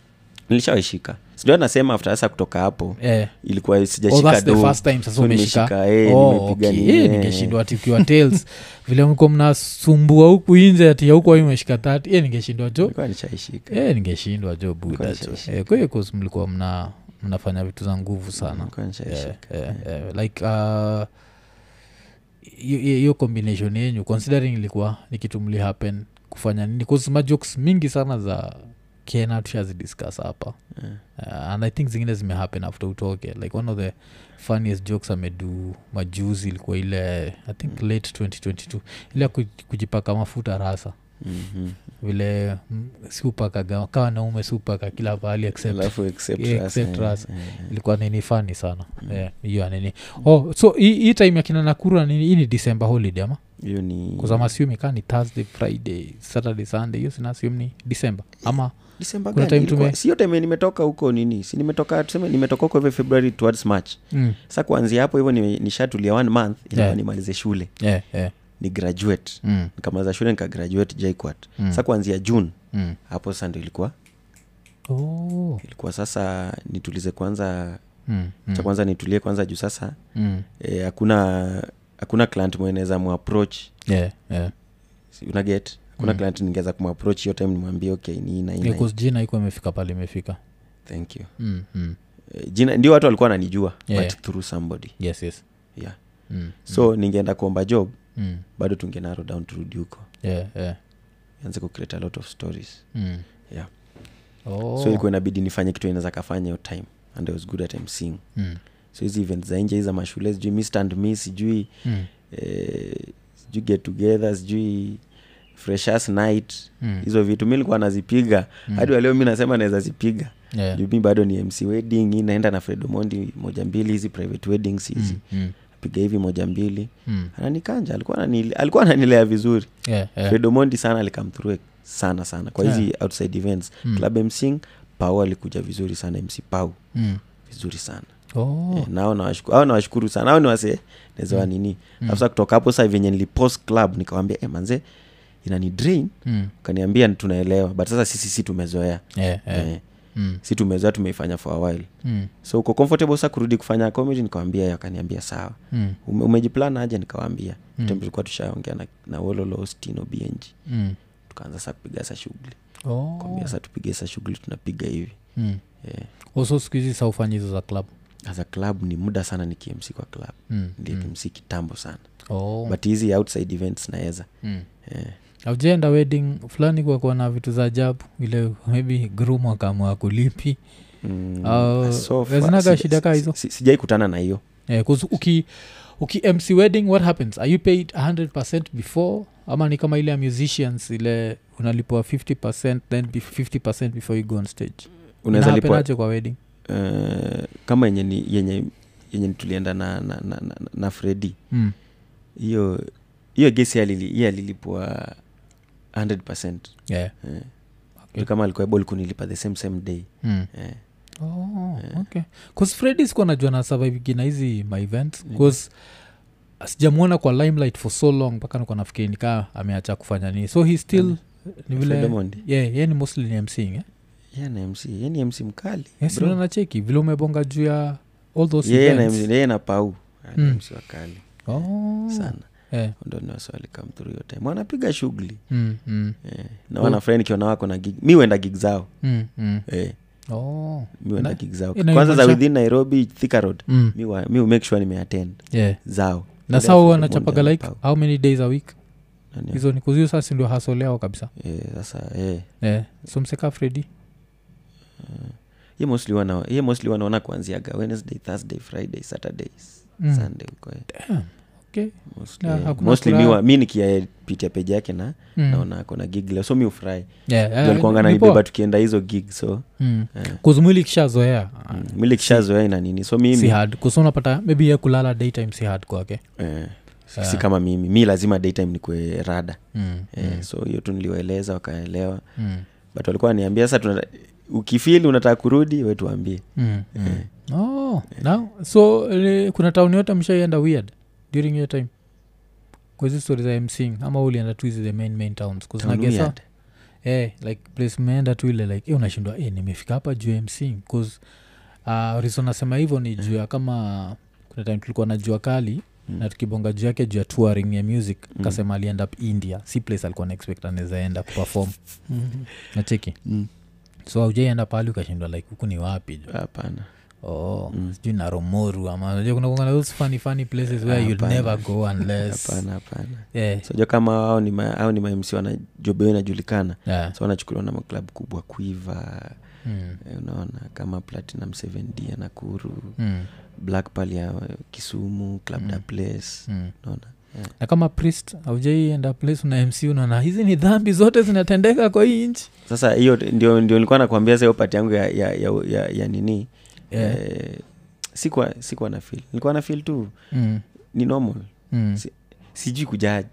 B: nilishawaishika sindo anasema after sasa kutoka hapo
A: eh.
B: ilikuwa
A: Oh,
B: sijashika
A: that's the
B: do.
A: first time sasa
B: So
A: umeshika
B: nimeshika, eh,
A: Oh,
B: nimepiga
A: okay.
B: nini,
A: Eh,
B: eh.
A: ningeshindwa ati ukiwa tails vile mko mnasumbua huku inje ati haukuwa imeshika tati eh, ningeshindwa jo
B: Nilikuwa nishaishika
A: eh, ningeshindwa jo buda jo
B: nishaishi.
A: eh, kwa hiyo cause mlikuwa mna mnafanya vitu za nguvu sana
B: Nilikuwa nishaishika.
A: Eh, eh, eh, like uh, hiyo- hiyo hiyo combination yenyu considering ilikuwa ni kitu mlihappen kufanya nini Cause majokes mingi sana za kena tushazidiscuss hapa
B: Eh.
A: uh, and i think zingine zimehappen after utoke like one of the funniest jokes amedu majuzi ilikuwa ile i think late 2022 ile ya ku- kujipaka mafuta rasa
B: Mhm.
A: vile mm, siupakaga kaa naume siupaka kila pahali except
B: Alafu except
A: Yeah,
B: us,
A: except
B: eh,
A: us.
B: eh.
A: ilikuwa nini fani sana Eh, hiyo yeah, nini oh, so hii hii time ya kina nakura nini hii ni december holiday ama
B: hiyo ni
A: kuzamasiumi kaa ni thursday friday saturday sunday hiyo sinasium ni december ama
B: December
A: kuna
B: gani?
A: time
B: Ilikuwa-
A: tume-
B: siyo time nimetoka huko nini si nimetoka tuseme nimetoka huko hivyo february towards march
A: mm,
B: sa kuanzia hapo hivyo ni- nishatulia one month ilikuwa
A: Yeah.
B: nimalize shule
A: yeah, yeah,
B: ni graduate
A: mm,
B: nikamaliza shule nikagraduate JKUAT
A: Mm.
B: sa kuanzia june
A: mm.
B: hapo sasa ndo ilikuwa
A: Oh,
B: ilikuwa sasa nitulize kwanza
A: mm, mm,
B: cha kwanza nitulie kwanza juu sasa
A: mm.
B: eh, hakuna hakuna client mwenaweza muapproach
A: Yeah, yeah.
B: Si- una get
A: Mm.
B: hakuna client ningeweza kumapproach hiyo time nimwambie okay ni hii na hii na
A: Yeah,
B: hii.
A: 'cause jina iko imefika pale imefika
B: thank you
A: mm, mm.
B: Eh, jina ndio watu walikuwa wananijua
A: Yeah.
B: but through somebody
A: yes yes
B: yeah
A: mm,
B: so ningeenda kuomba job
A: mm.
B: bado tungenaro down turudi huko
A: Yeah, yeah.
B: anze kucreate a lot of stories
A: Mm.
B: yeah
A: Oh.
B: so ilikuwa inabidi nifanye kitu inaweza kafanya hiyo time and i was good at mcing
A: mm.
B: so hizi event za nje hizi za mashule sijui mi stand mi sijui
A: Mm.
B: eh, sijui get together sijui freshers night
A: Mm.
B: hizo vitu mi likuwa nazipiga hadi waleo mi nasema naweza zipiga
A: Hmm. Yeah. Mm,
B: juu mi bado ni mc wedding hii naenda na fredomondi moja mbili hizi private weddings hizi
A: Mm, mm,
B: piga hivi moja mbili
A: mm.
B: ananikanja alikuwa ananile- alikuwa ananilea vizuri
A: Yeah, yeah.
B: fredomondi sana alikamthrough sana sana kwa hizi outside events
A: Mm.
B: club mcing pau alikuja vizuri sana mc pau
A: Mm.
B: vizuri sana
A: Oh.
B: Eh, nao nawashukuru au nawashukuru sana au ni wase
A: Mm.
B: naweza wanini afsa kutoka hapo sasa venye nilipost club nikawambia e, manze inani drain
A: Mm.
B: kaniambia tunaelewa but sasa sisi si tumezoea
A: Yeah, yeah.
B: eh,
A: Mm.
B: si tumezoea tumeifanya for a while
A: Mm.
B: so uko comfortable sa kurudi kufanya comedy nikawambia akaniambia sawa
A: Mm.
B: Ume, umejiplan aje nikawambia mm. tulikuwa tushaongea na, na wololo stino bng
A: Mm.
B: tukaanza sa kupiga sa shughuli
A: Oh.
B: kambia sa tupige sa shughuli tunapiga hivi Eh.
A: Mm.
B: yeah.
A: also siku hizi saufanyi hizo za club
B: as a club ni muda sana ni kmc kwa club
A: Mm,
B: ndio kmc kitambo sana
A: oh.
B: but hizi outside events naeza
A: mm.
B: eh.
A: aujaenda wedding fulani kwa kuwa na vitu za ajabu ile maybe groom akaamua kulipi
B: Mm,
A: Au-
B: so far-
A: hazinaga
B: sija-
A: Uh, shida kaa hizo?
B: si- sijai kutana na hiyo
A: yeah, Eh, 'cause uki, uki mc wedding what happens are you paid 100 before ama ni kama ile ya musicians ile unalipwa 50 then be- 50 before you go on stage
B: unaweza lipwa
A: Inahapenaje kwa wedding
B: eh, kama yenye ni- yenye yenye ni tulienda na, na, na, na, na fredi
A: mm.
B: hiyo hiyo gesi alili- ye alilipwa 100
A: yeah.
B: eh.
A: Okay.
B: Tu kama alikuwa able kunilipa the same same day
A: mm.
B: eh.
A: Oh, okay. 'Cause Freddy sikuwa najua na survivingi na hizi my event bcause sijamwona kwa limelight for so long mpaka nikuwa nafikiri nikaa ameacha kufanya nini so he still ni vile
B: Fredomondi.
A: yeah, yeah, ni mostly ni mcing eh?
B: Yeye ana MC yeye ni MC mkali
A: yes,
B: bro.
A: na cheki vile umebonga juu ya all those
B: Yeye na
A: events.
B: MC yeye na pau Yaani Ana
A: Mm.
B: MC wakali
A: Oh,
B: sana
A: eh,
B: ndo ni wasi walikam through hiyo time wanapiga shughuli
A: mm, mm,
B: eh. na wana friend nikiona wako na gig mi huenda gig zao
A: mm, mm.
B: eh.
A: Oh,
B: mi huenda
A: Na-
B: gig zao
A: ina-
B: kwanza za
A: inaonyesha-
B: within nairobi thika road
A: mm,
B: mi wa- mi humake sure nimeattend
A: yeah.
B: zao
A: na
B: Ile
A: saa huwa
B: Fredomondi
A: wanachapaga
B: ana
A: like
B: Pau.
A: how many days a week
B: Nani-
A: hizo ni kuzio sasi ndio hasoleao kabisa
B: eh, sasa eh.
A: yeah. so mseka fredi
B: ye mostly wana ye mostly wanaona kuanziaga wednesday thursday friday saturdays
A: Mm.
B: sunday huko eh.
A: okay.
B: Mostly,
A: Na
B: eh.
A: Ah, hakuna
B: Mostly
A: furaha.
B: mi wa- mi nikiapitia peji yake na
A: mm.
B: naona akona gig leo so mi ufurahi
A: yeah, yeah, ni
B: alikuanga nanibeba
A: poa.
B: tukienda hizo gig so
A: Mm.
B: eh,
A: 'Cause mwili ikishazoea
B: mm, mili kishazoea ina nini so mimi
A: si hard kusa unapata maybe ye kulala daytime si hard kwake
B: eh, si- si kama mimi mi lazima daytime nikue rada
A: mm.
B: eh, so hiyo tu niliwaeleza wakaelewa
A: Mm.
B: but walikuwa waniambia sasa tunata- ukifili unataka kurudi we tuambie Eh,
A: Mm. Mm. Oh, now, so eh, kuna town yote mshaienda weird during your time kwazi stori za msing ama ulienda tu hizi the main main towns
B: Town
A: kuzinagesa
B: weird.
A: eh, like place umeenda tu ile like eh, unashindwa eh, nimefika hapa juu ya msing bcause uh, reason nasema hivyo ni juu ya kama kuna time tulikuwa na jua kali
B: Mm-hmm. Mm.
A: na tukibonga juu yake juu ya touring ya music kasema alienda up india si place alikuwa naexpect anawezaenda kuperform nacheki
B: Mm-hmm. Mm.
A: so aujaienda pahali ukashindwa like huku ni wapi jo
B: hapana
A: oh
B: Mm.
A: sijui na romoru ama unajua kuna kuanga na those funny funny places where you'll
B: Hapana.
A: never go unless
B: hapana hapana
A: yeah.
B: sojo kama hao ni ma- hao ni mamc wanajobeo inajulikana
A: Yeah.
B: so wanachukuliwa na maklabu kubwa kuiva
A: Mm.
B: eh, unaona kama platinum 7d anakuru
A: Mm.
B: black pal ya eh, kisumu club da place
A: Mm.
B: unaona
A: na kama priest aujaienda place una mc unaona hizi ni dhambi zote zinatendeka kwa hii nchi
B: sasa hiyo ndio, ndio nilikuwa nakuambia sayo pati yangu ya, ya, ya, ya, ya nini
A: Yeah.
B: eh, sikuwa sikuwa na fil nilikuwa na fil tu
A: mm.
B: ni normal
A: Mm.
B: Si- sijui kujaji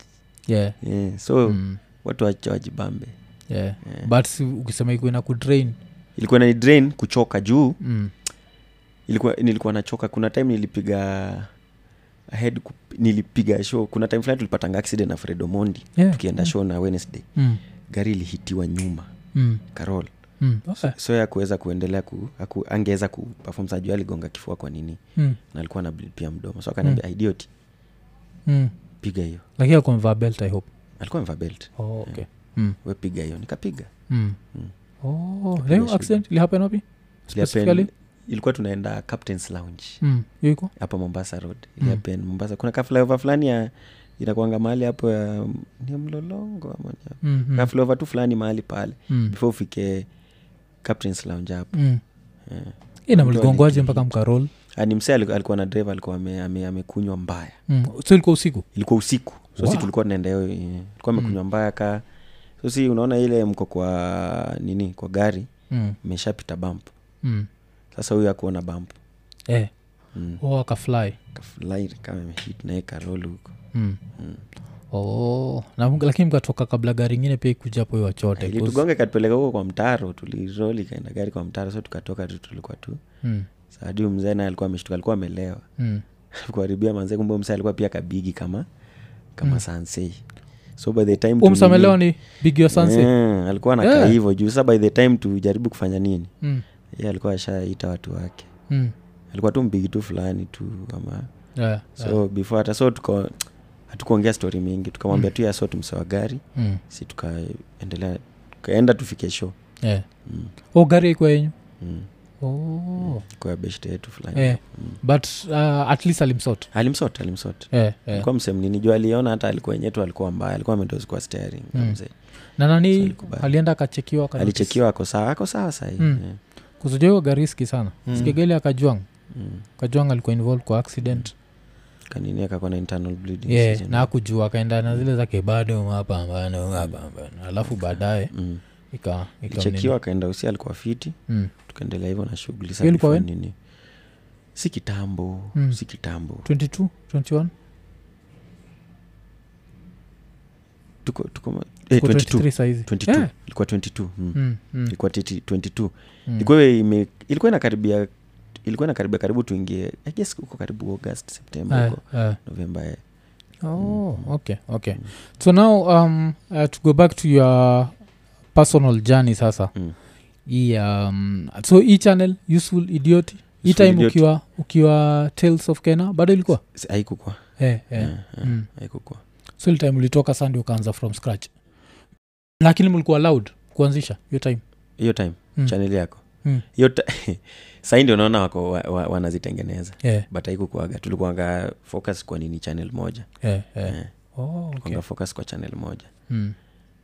A: Yeah.
B: yeah. so
A: Mm.
B: watu wacha wajibambe
A: Yeah.
B: Yeah.
A: but si ukisema ikuwe na kudrain
B: ilikuwa ni drain kuchoka juu
A: mm.
B: ilikuwa nilikuwa nachoka kuna time nilipiga head kup- nilipiga show kuna time fulani tulipatanga accident na fredo mondi
A: yeah.
B: tukienda show na wednesday
A: mm.
B: gari ilihitiwa nyuma
A: Mm.
B: carol
A: Mm. Okay.
B: so ya kuweza kuendelea ku, aku, angeweza kupefom sajuu aligonga kifua kwa nini
A: Mm.
B: na alikuwa na bleed pia mdomo so akaniambia mm. idiot
A: Mm.
B: piga hiyo
A: lakini akomvaa belt i hope
B: alikuwa amevaa belt
A: oh, okay. mm.
B: we piga hiyo nikapiga
A: Mm.
B: Mm.
A: Oh, leo
B: shida.
A: accident ilihappen wapi
B: Ilihappen-
A: Specifically?
B: ilikuwa tunaenda captains lounge
A: Mm. Hiyo iko
B: hapa mombasa road
A: Mm.
B: ilihappen mombasa kuna kaflova fulani ya inakuanga mahali hapo ya ni ya mlolongo ama ni ya-
A: Mm, mm,
B: kaflova tu fulani mahali pale
A: mm,
B: before ufike captains lounge hapo
A: mm.
B: yeah.
A: ina
B: Mtu
A: mligongwaje
B: alikimbia.
A: mpaka mkarol
B: Ah, ni msee aliku- alikuwa na drive alikuwa amekunywa ame, amekunywa mbaya
A: mm. so ilikuwa usiku
B: ilikuwa usiku so
A: Wow. Hmm.
B: si tulikuwa tunaenda hiyo eh, alikuwa amekunywa mbaya ka so si unaona ile mko kwa nini kwa gari
A: mm.
B: meshapita bump
A: Mm.
B: sasa huyu akuona bump
A: Eh.
B: mm.
A: Oh, akafly
B: Kafulai kama amehit naye karol huko
A: mm.
B: Mm.
A: oh. na, mk- lakini mkatoka kabla gari ingine pia ikuja po iwachote
B: ilitugonga ikatupeleka huko kwa mtaro tuliroli kaenda gari kwa mtaro so tukatoka tu tulikuwa tu
A: mm.
B: saadi mzee naye alikuwa ameshtuka alikuwa amelewa
A: mm.
B: kuharibia manzee kumbe mzee alikuwa pia kabigi kama kama
A: Hmm.
B: sansei so by the time tu
A: umsamelewa ni big your
B: nini-
A: sunset
B: Eh, alikuwa nakaa
A: Yeah.
B: hivyo juu sasa by the time tujaribu kufanya nini
A: mm.
B: ye alikuwa ashaita watu wake
A: Mm. Eh.
B: alikuwa tu mbigi tu fulani tu ama
A: Yeah.
B: so before hata so tuka hatukuongea story mingi tukamwambia tu ya so tumsewa gari
A: Mm.
B: si tukaendelea tukaenda tufike show
A: Yeah.
B: mm.
A: oh, gari ikwa yenyu
B: Mm.
A: oh.
B: kwa beshte yetu fulani
A: eh.
B: Mm.
A: but uh, at least alimsot
B: alimsot alimsot
A: eh, eh.
B: alikuwa msemnini juu aliona hata alikuwa enyewe tu alikuwa mbaya alikuwa amedozi kwa steering na
A: Mm.
B: mzee
A: na
B: So
A: nani
B: alikubali.
A: alienda akachekiwa aka notice.
B: alichekiwa ako sawa ako sawa sahii Eh.
A: Mm.
B: yeah.
A: kuzujua hiyo gari riski sana
B: Mm.
A: mm. sikegeli akajuang
B: mm.
A: kajuang alikuwa involved kwa accident
B: kanini akakuwa na internal bleeding
A: yeah,
B: sijui
A: na akujua akaenda na zile zake bado mapambano mapambano alafu baadaye
B: nini. Mm.
A: ika Mm.
B: alichekiwa akaenda usi alikuwa fiti
A: ikatwenty
B: tukaendelea hivyo na shughuli
A: Hiyo ilikuwa
B: sasa nini si kitambo
A: Mm.
B: si kitambo
A: two twenty one
B: tuko tuko ma- eh, 22
A: three saizi
B: 22
A: Yeah.
B: ilikuwa 22 mm.
A: Mm, mm,
B: ilikuwa 20 22
A: mm.
B: ilikuwa ime ilikuwa inakaribia ilikuwa inakaribia karibu tuingie i guess uko karibu august september
A: Eh,
B: huko
A: eh.
B: november eh.
A: Oh,
B: Mm.
A: okay okay so now um, uh, to go back to your personal journey sasa
B: Mm.
A: hii um, so hii channel useful idiot hii time
B: Idiot.
A: ukiwa ukiwa tales of kena bado ilikuwa
B: Si- haikukua
A: eh, eh.
B: Eh, eh,
A: Mm.
B: haikukua
A: so ile time ulitoka sandi ukaanza from scratch lakini mlikuwa loud kuanzisha hiyo time
B: hiyo time
A: Mm.
B: chaneli yako
A: Mm.
B: hiyo ti- sahi ndio naona wako wa, wa, wanazitengeneza
A: yeah,
B: but haikukuaga tulikuanga focus kwa nini channel moja
A: yeah, yeah.
B: Eh,
A: Oh, okay.
B: kuanga focus kwa channel moja
A: mm.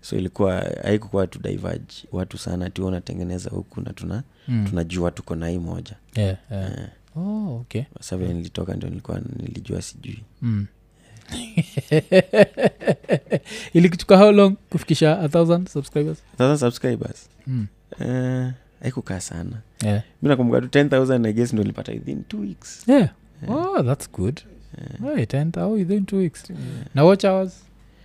B: so ilikuwa haikukuwa tu diverge watu sana tu unatengeneza huku na tuna
A: Mm.
B: tunajua tuko na hii moja
A: Yeah, yeah.
B: Eh,
A: Oh, okay.
B: sasa vile nilitoka ndio nilikuwa nilijua sijui
A: mm. ilikuchukua how long kufikisha a thousand subscribers
B: sasa subscribers
A: mm.
B: eh, haikukaa sana
A: yeah.
B: mi nakumbuka tu 10000 i guess ndio nilipata within two weeks Eh,
A: Yeah. oh that's good right and how oh, within two weeks na watch hours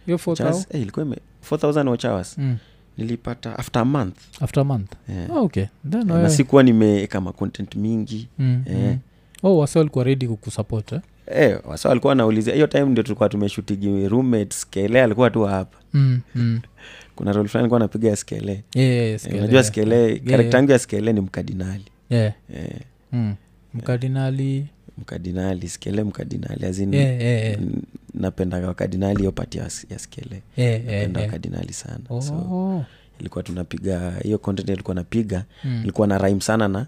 A: your fourth hour
B: Chas- eh, ilikuwa ime 4000 watch hours
A: mm.
B: nilipata after a month
A: after a month
B: Eh.
A: oh, okay then
B: na
A: wewe-
B: sikuwa nimeweka macontent mingi
A: mm.
B: Eh.
A: mm. oh wase walikuwa ready kukusupport eh?
B: eh, wasa walikuwa wanaulizia hiyo time ndio tulikuwa tumeshutigi roommates skele alikuwa tu hapa
A: mm. mm.
B: kuna rol fulani alikuwa anapiga ya skele Eh,
A: Yeah, yeah, yeah, skele,
B: unajua
A: yeah.
B: skele karekta yangu ya skele ni mkadinali
A: Yeah.
B: eh,
A: Mm. mkardinali
B: mkadinali skele mkadinali azini
A: Yeah, yeah, yeah.
B: napendaga wakadinali hiyo pati ya ya skele
A: Yeah, yeah,
B: napenda
A: yeah.
B: wakadinali sana so
A: Oh.
B: ilikuwa tunapiga hiyo content ilikuwa napiga
A: Mm.
B: ilikuwa na rhyme sana na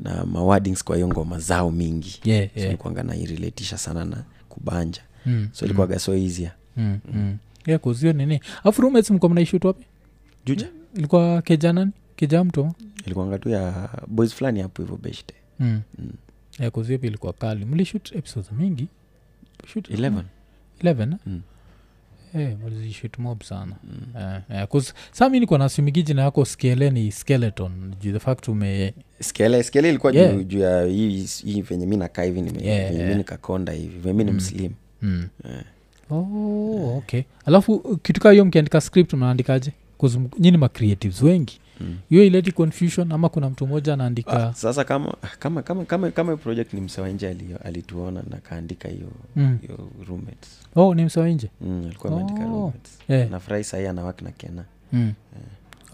B: na mawardings kwa hiyo ngoma zao mingi
A: Yeah,
B: so
A: yeah.
B: ilikuwanga nairiletisha sana na kubanja
A: Mm,
B: so ilikuwaga so easier
A: mm, mm. Yeah, 'cause hiyo nini afu roommates mlikuwa mnaishoot wapi
B: juja
A: ilikuwa keja nani keja mtu ama?
B: ilikuwanga tu ya boys fulani hapo hivyo beshte
A: mm.
B: Mm.
A: yeah, 'cause hiyo pia ilikuwa kali mlishoot episodes mingi Shoot-
B: 11
A: 11
B: Mm.
A: Eh, walizishit mob sana Eh, eh, 'cause saa mi niko nasumigi jina yako skele ni skeleton juu the fact ume
B: skele skele ilikuwa
A: Yeah.
B: juu, juu ya hii hii venye mi nakaa hivi nime-
A: Yeah,
B: venye mi
A: yeah.
B: nikakonda hivi venye mi ni mslim
A: mm. oh, okay alafu uh, kitu kaa hiyo mkiandika script mnaandikaje nyini macreatives wengi hiyo ileti confusion ama kuna mtu mmoja anaandika
B: Ah, sasa kama kama kama kama kama project ni msewa nje ali- alituona na kaandika hiyo
A: mm.
B: hiyo roommates
A: oh, ni msawa nje
B: mm, alikuwa ameandika
A: Oh.
B: roommates
A: eh.
B: nafurahi sahii anawak na kena
A: mm.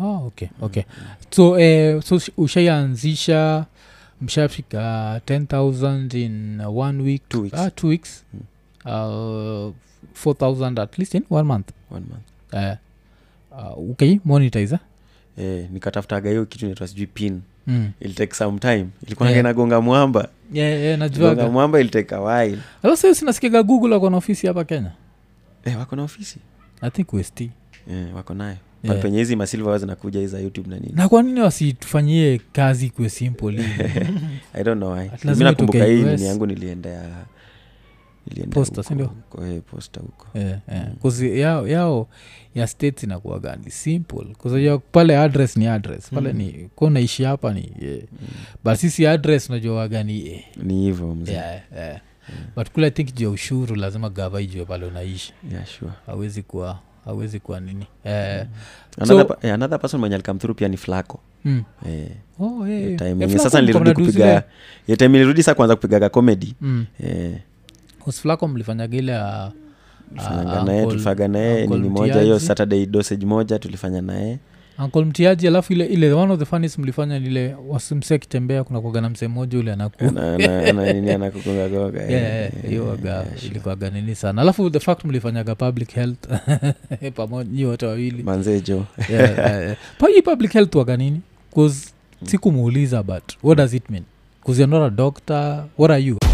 A: oh, okay okay so, eh, so sh- ushaianzisha mshafika 10000 in one week
B: Two weeks.
A: ah, two weeks
B: Mm.
A: uh, 4000 at least in one month
B: one month
A: uh, uh, okay monetize eh?
B: eh, nikatafutaga hiyo kitu inaitwa sijui pin
A: mm.
B: ilitake some time ilikuwa
A: Eh.
B: yeah. nagonga mwamba
A: yeah, yeah,
B: gonga
A: najuaga
B: mwamba ilitake awil
A: alafu sinasikiga google ako na ofisi hapa kenya
B: eh, wako na ofisi
A: i think west
B: eh, wako nayo
A: Yeah.
B: yeah. penye hizi masilva zinakuja hizi za youtube na nini
A: na kwa nini wasitufanyie kazi kwe simple hivi?
B: i don't know why
A: At
B: mi
A: lazima
B: nakumbuka
A: itoke
B: hii
A: US.
B: nini yangu niliendea nilienda
A: Posta,
B: huko-
A: si ndio?
B: huko, eh, posta huko
A: Eh, eh. 'Cause yao, yao ya state inakuwa gani simple 'Cause ya pale address ni address
B: Mm.
A: pale ni ko naishi hapa ni eh. but sisi address unajua gani eh.
B: ni hivyo mzee yeah.
A: yeah, eh.
B: Mm.
A: but kule I think juu ya ushuru lazima gava ijue pale unaishi
B: yeah, sure.
A: hawezi kuwa hawezi kuwa nini eh.
B: another,
A: So-
B: pa- eh, another person mwenye alikam through pia ni flaco
A: mm.
B: eh,
A: oh,
B: hiyo
A: eh, eh.
B: time
A: Eh,
B: yenye
A: Flaco
B: sasa
A: mko
B: nilirudi
A: mnaduzi
B: kupiga
A: leo?
B: hiyo time nilirudi saa kuanza kupigaga comedy
A: Mm.
B: eh,
A: Hosflaco mlifanyaga ile ya-
B: tulifanyaga
A: ah,
B: naye
A: uncle-
B: tulifaga naye
A: Uncle
B: nini moja hiyo
A: Mtiaji.
B: saturday dosage moja tulifanya naye
A: ankol mtiaji alafu ile ile one of the funnest mlifanya ni ile wasimse akitembea kuna kuaga na msee mmoja ule anaku
B: Na- na- na- nini anakugongagonga eh,
A: Yeah, yeah, hiyo
B: eh,
A: waga
B: yeah, sure.
A: ilikuwaga nini sana alafu the fact mlifanyaga public health pamoja nyi wote wawili
B: manze jo
A: yeah, yeah, yeah. Pa- hii public health waga nini bcause sikumuuliza but what does it mean bcause you're not a doctor what are you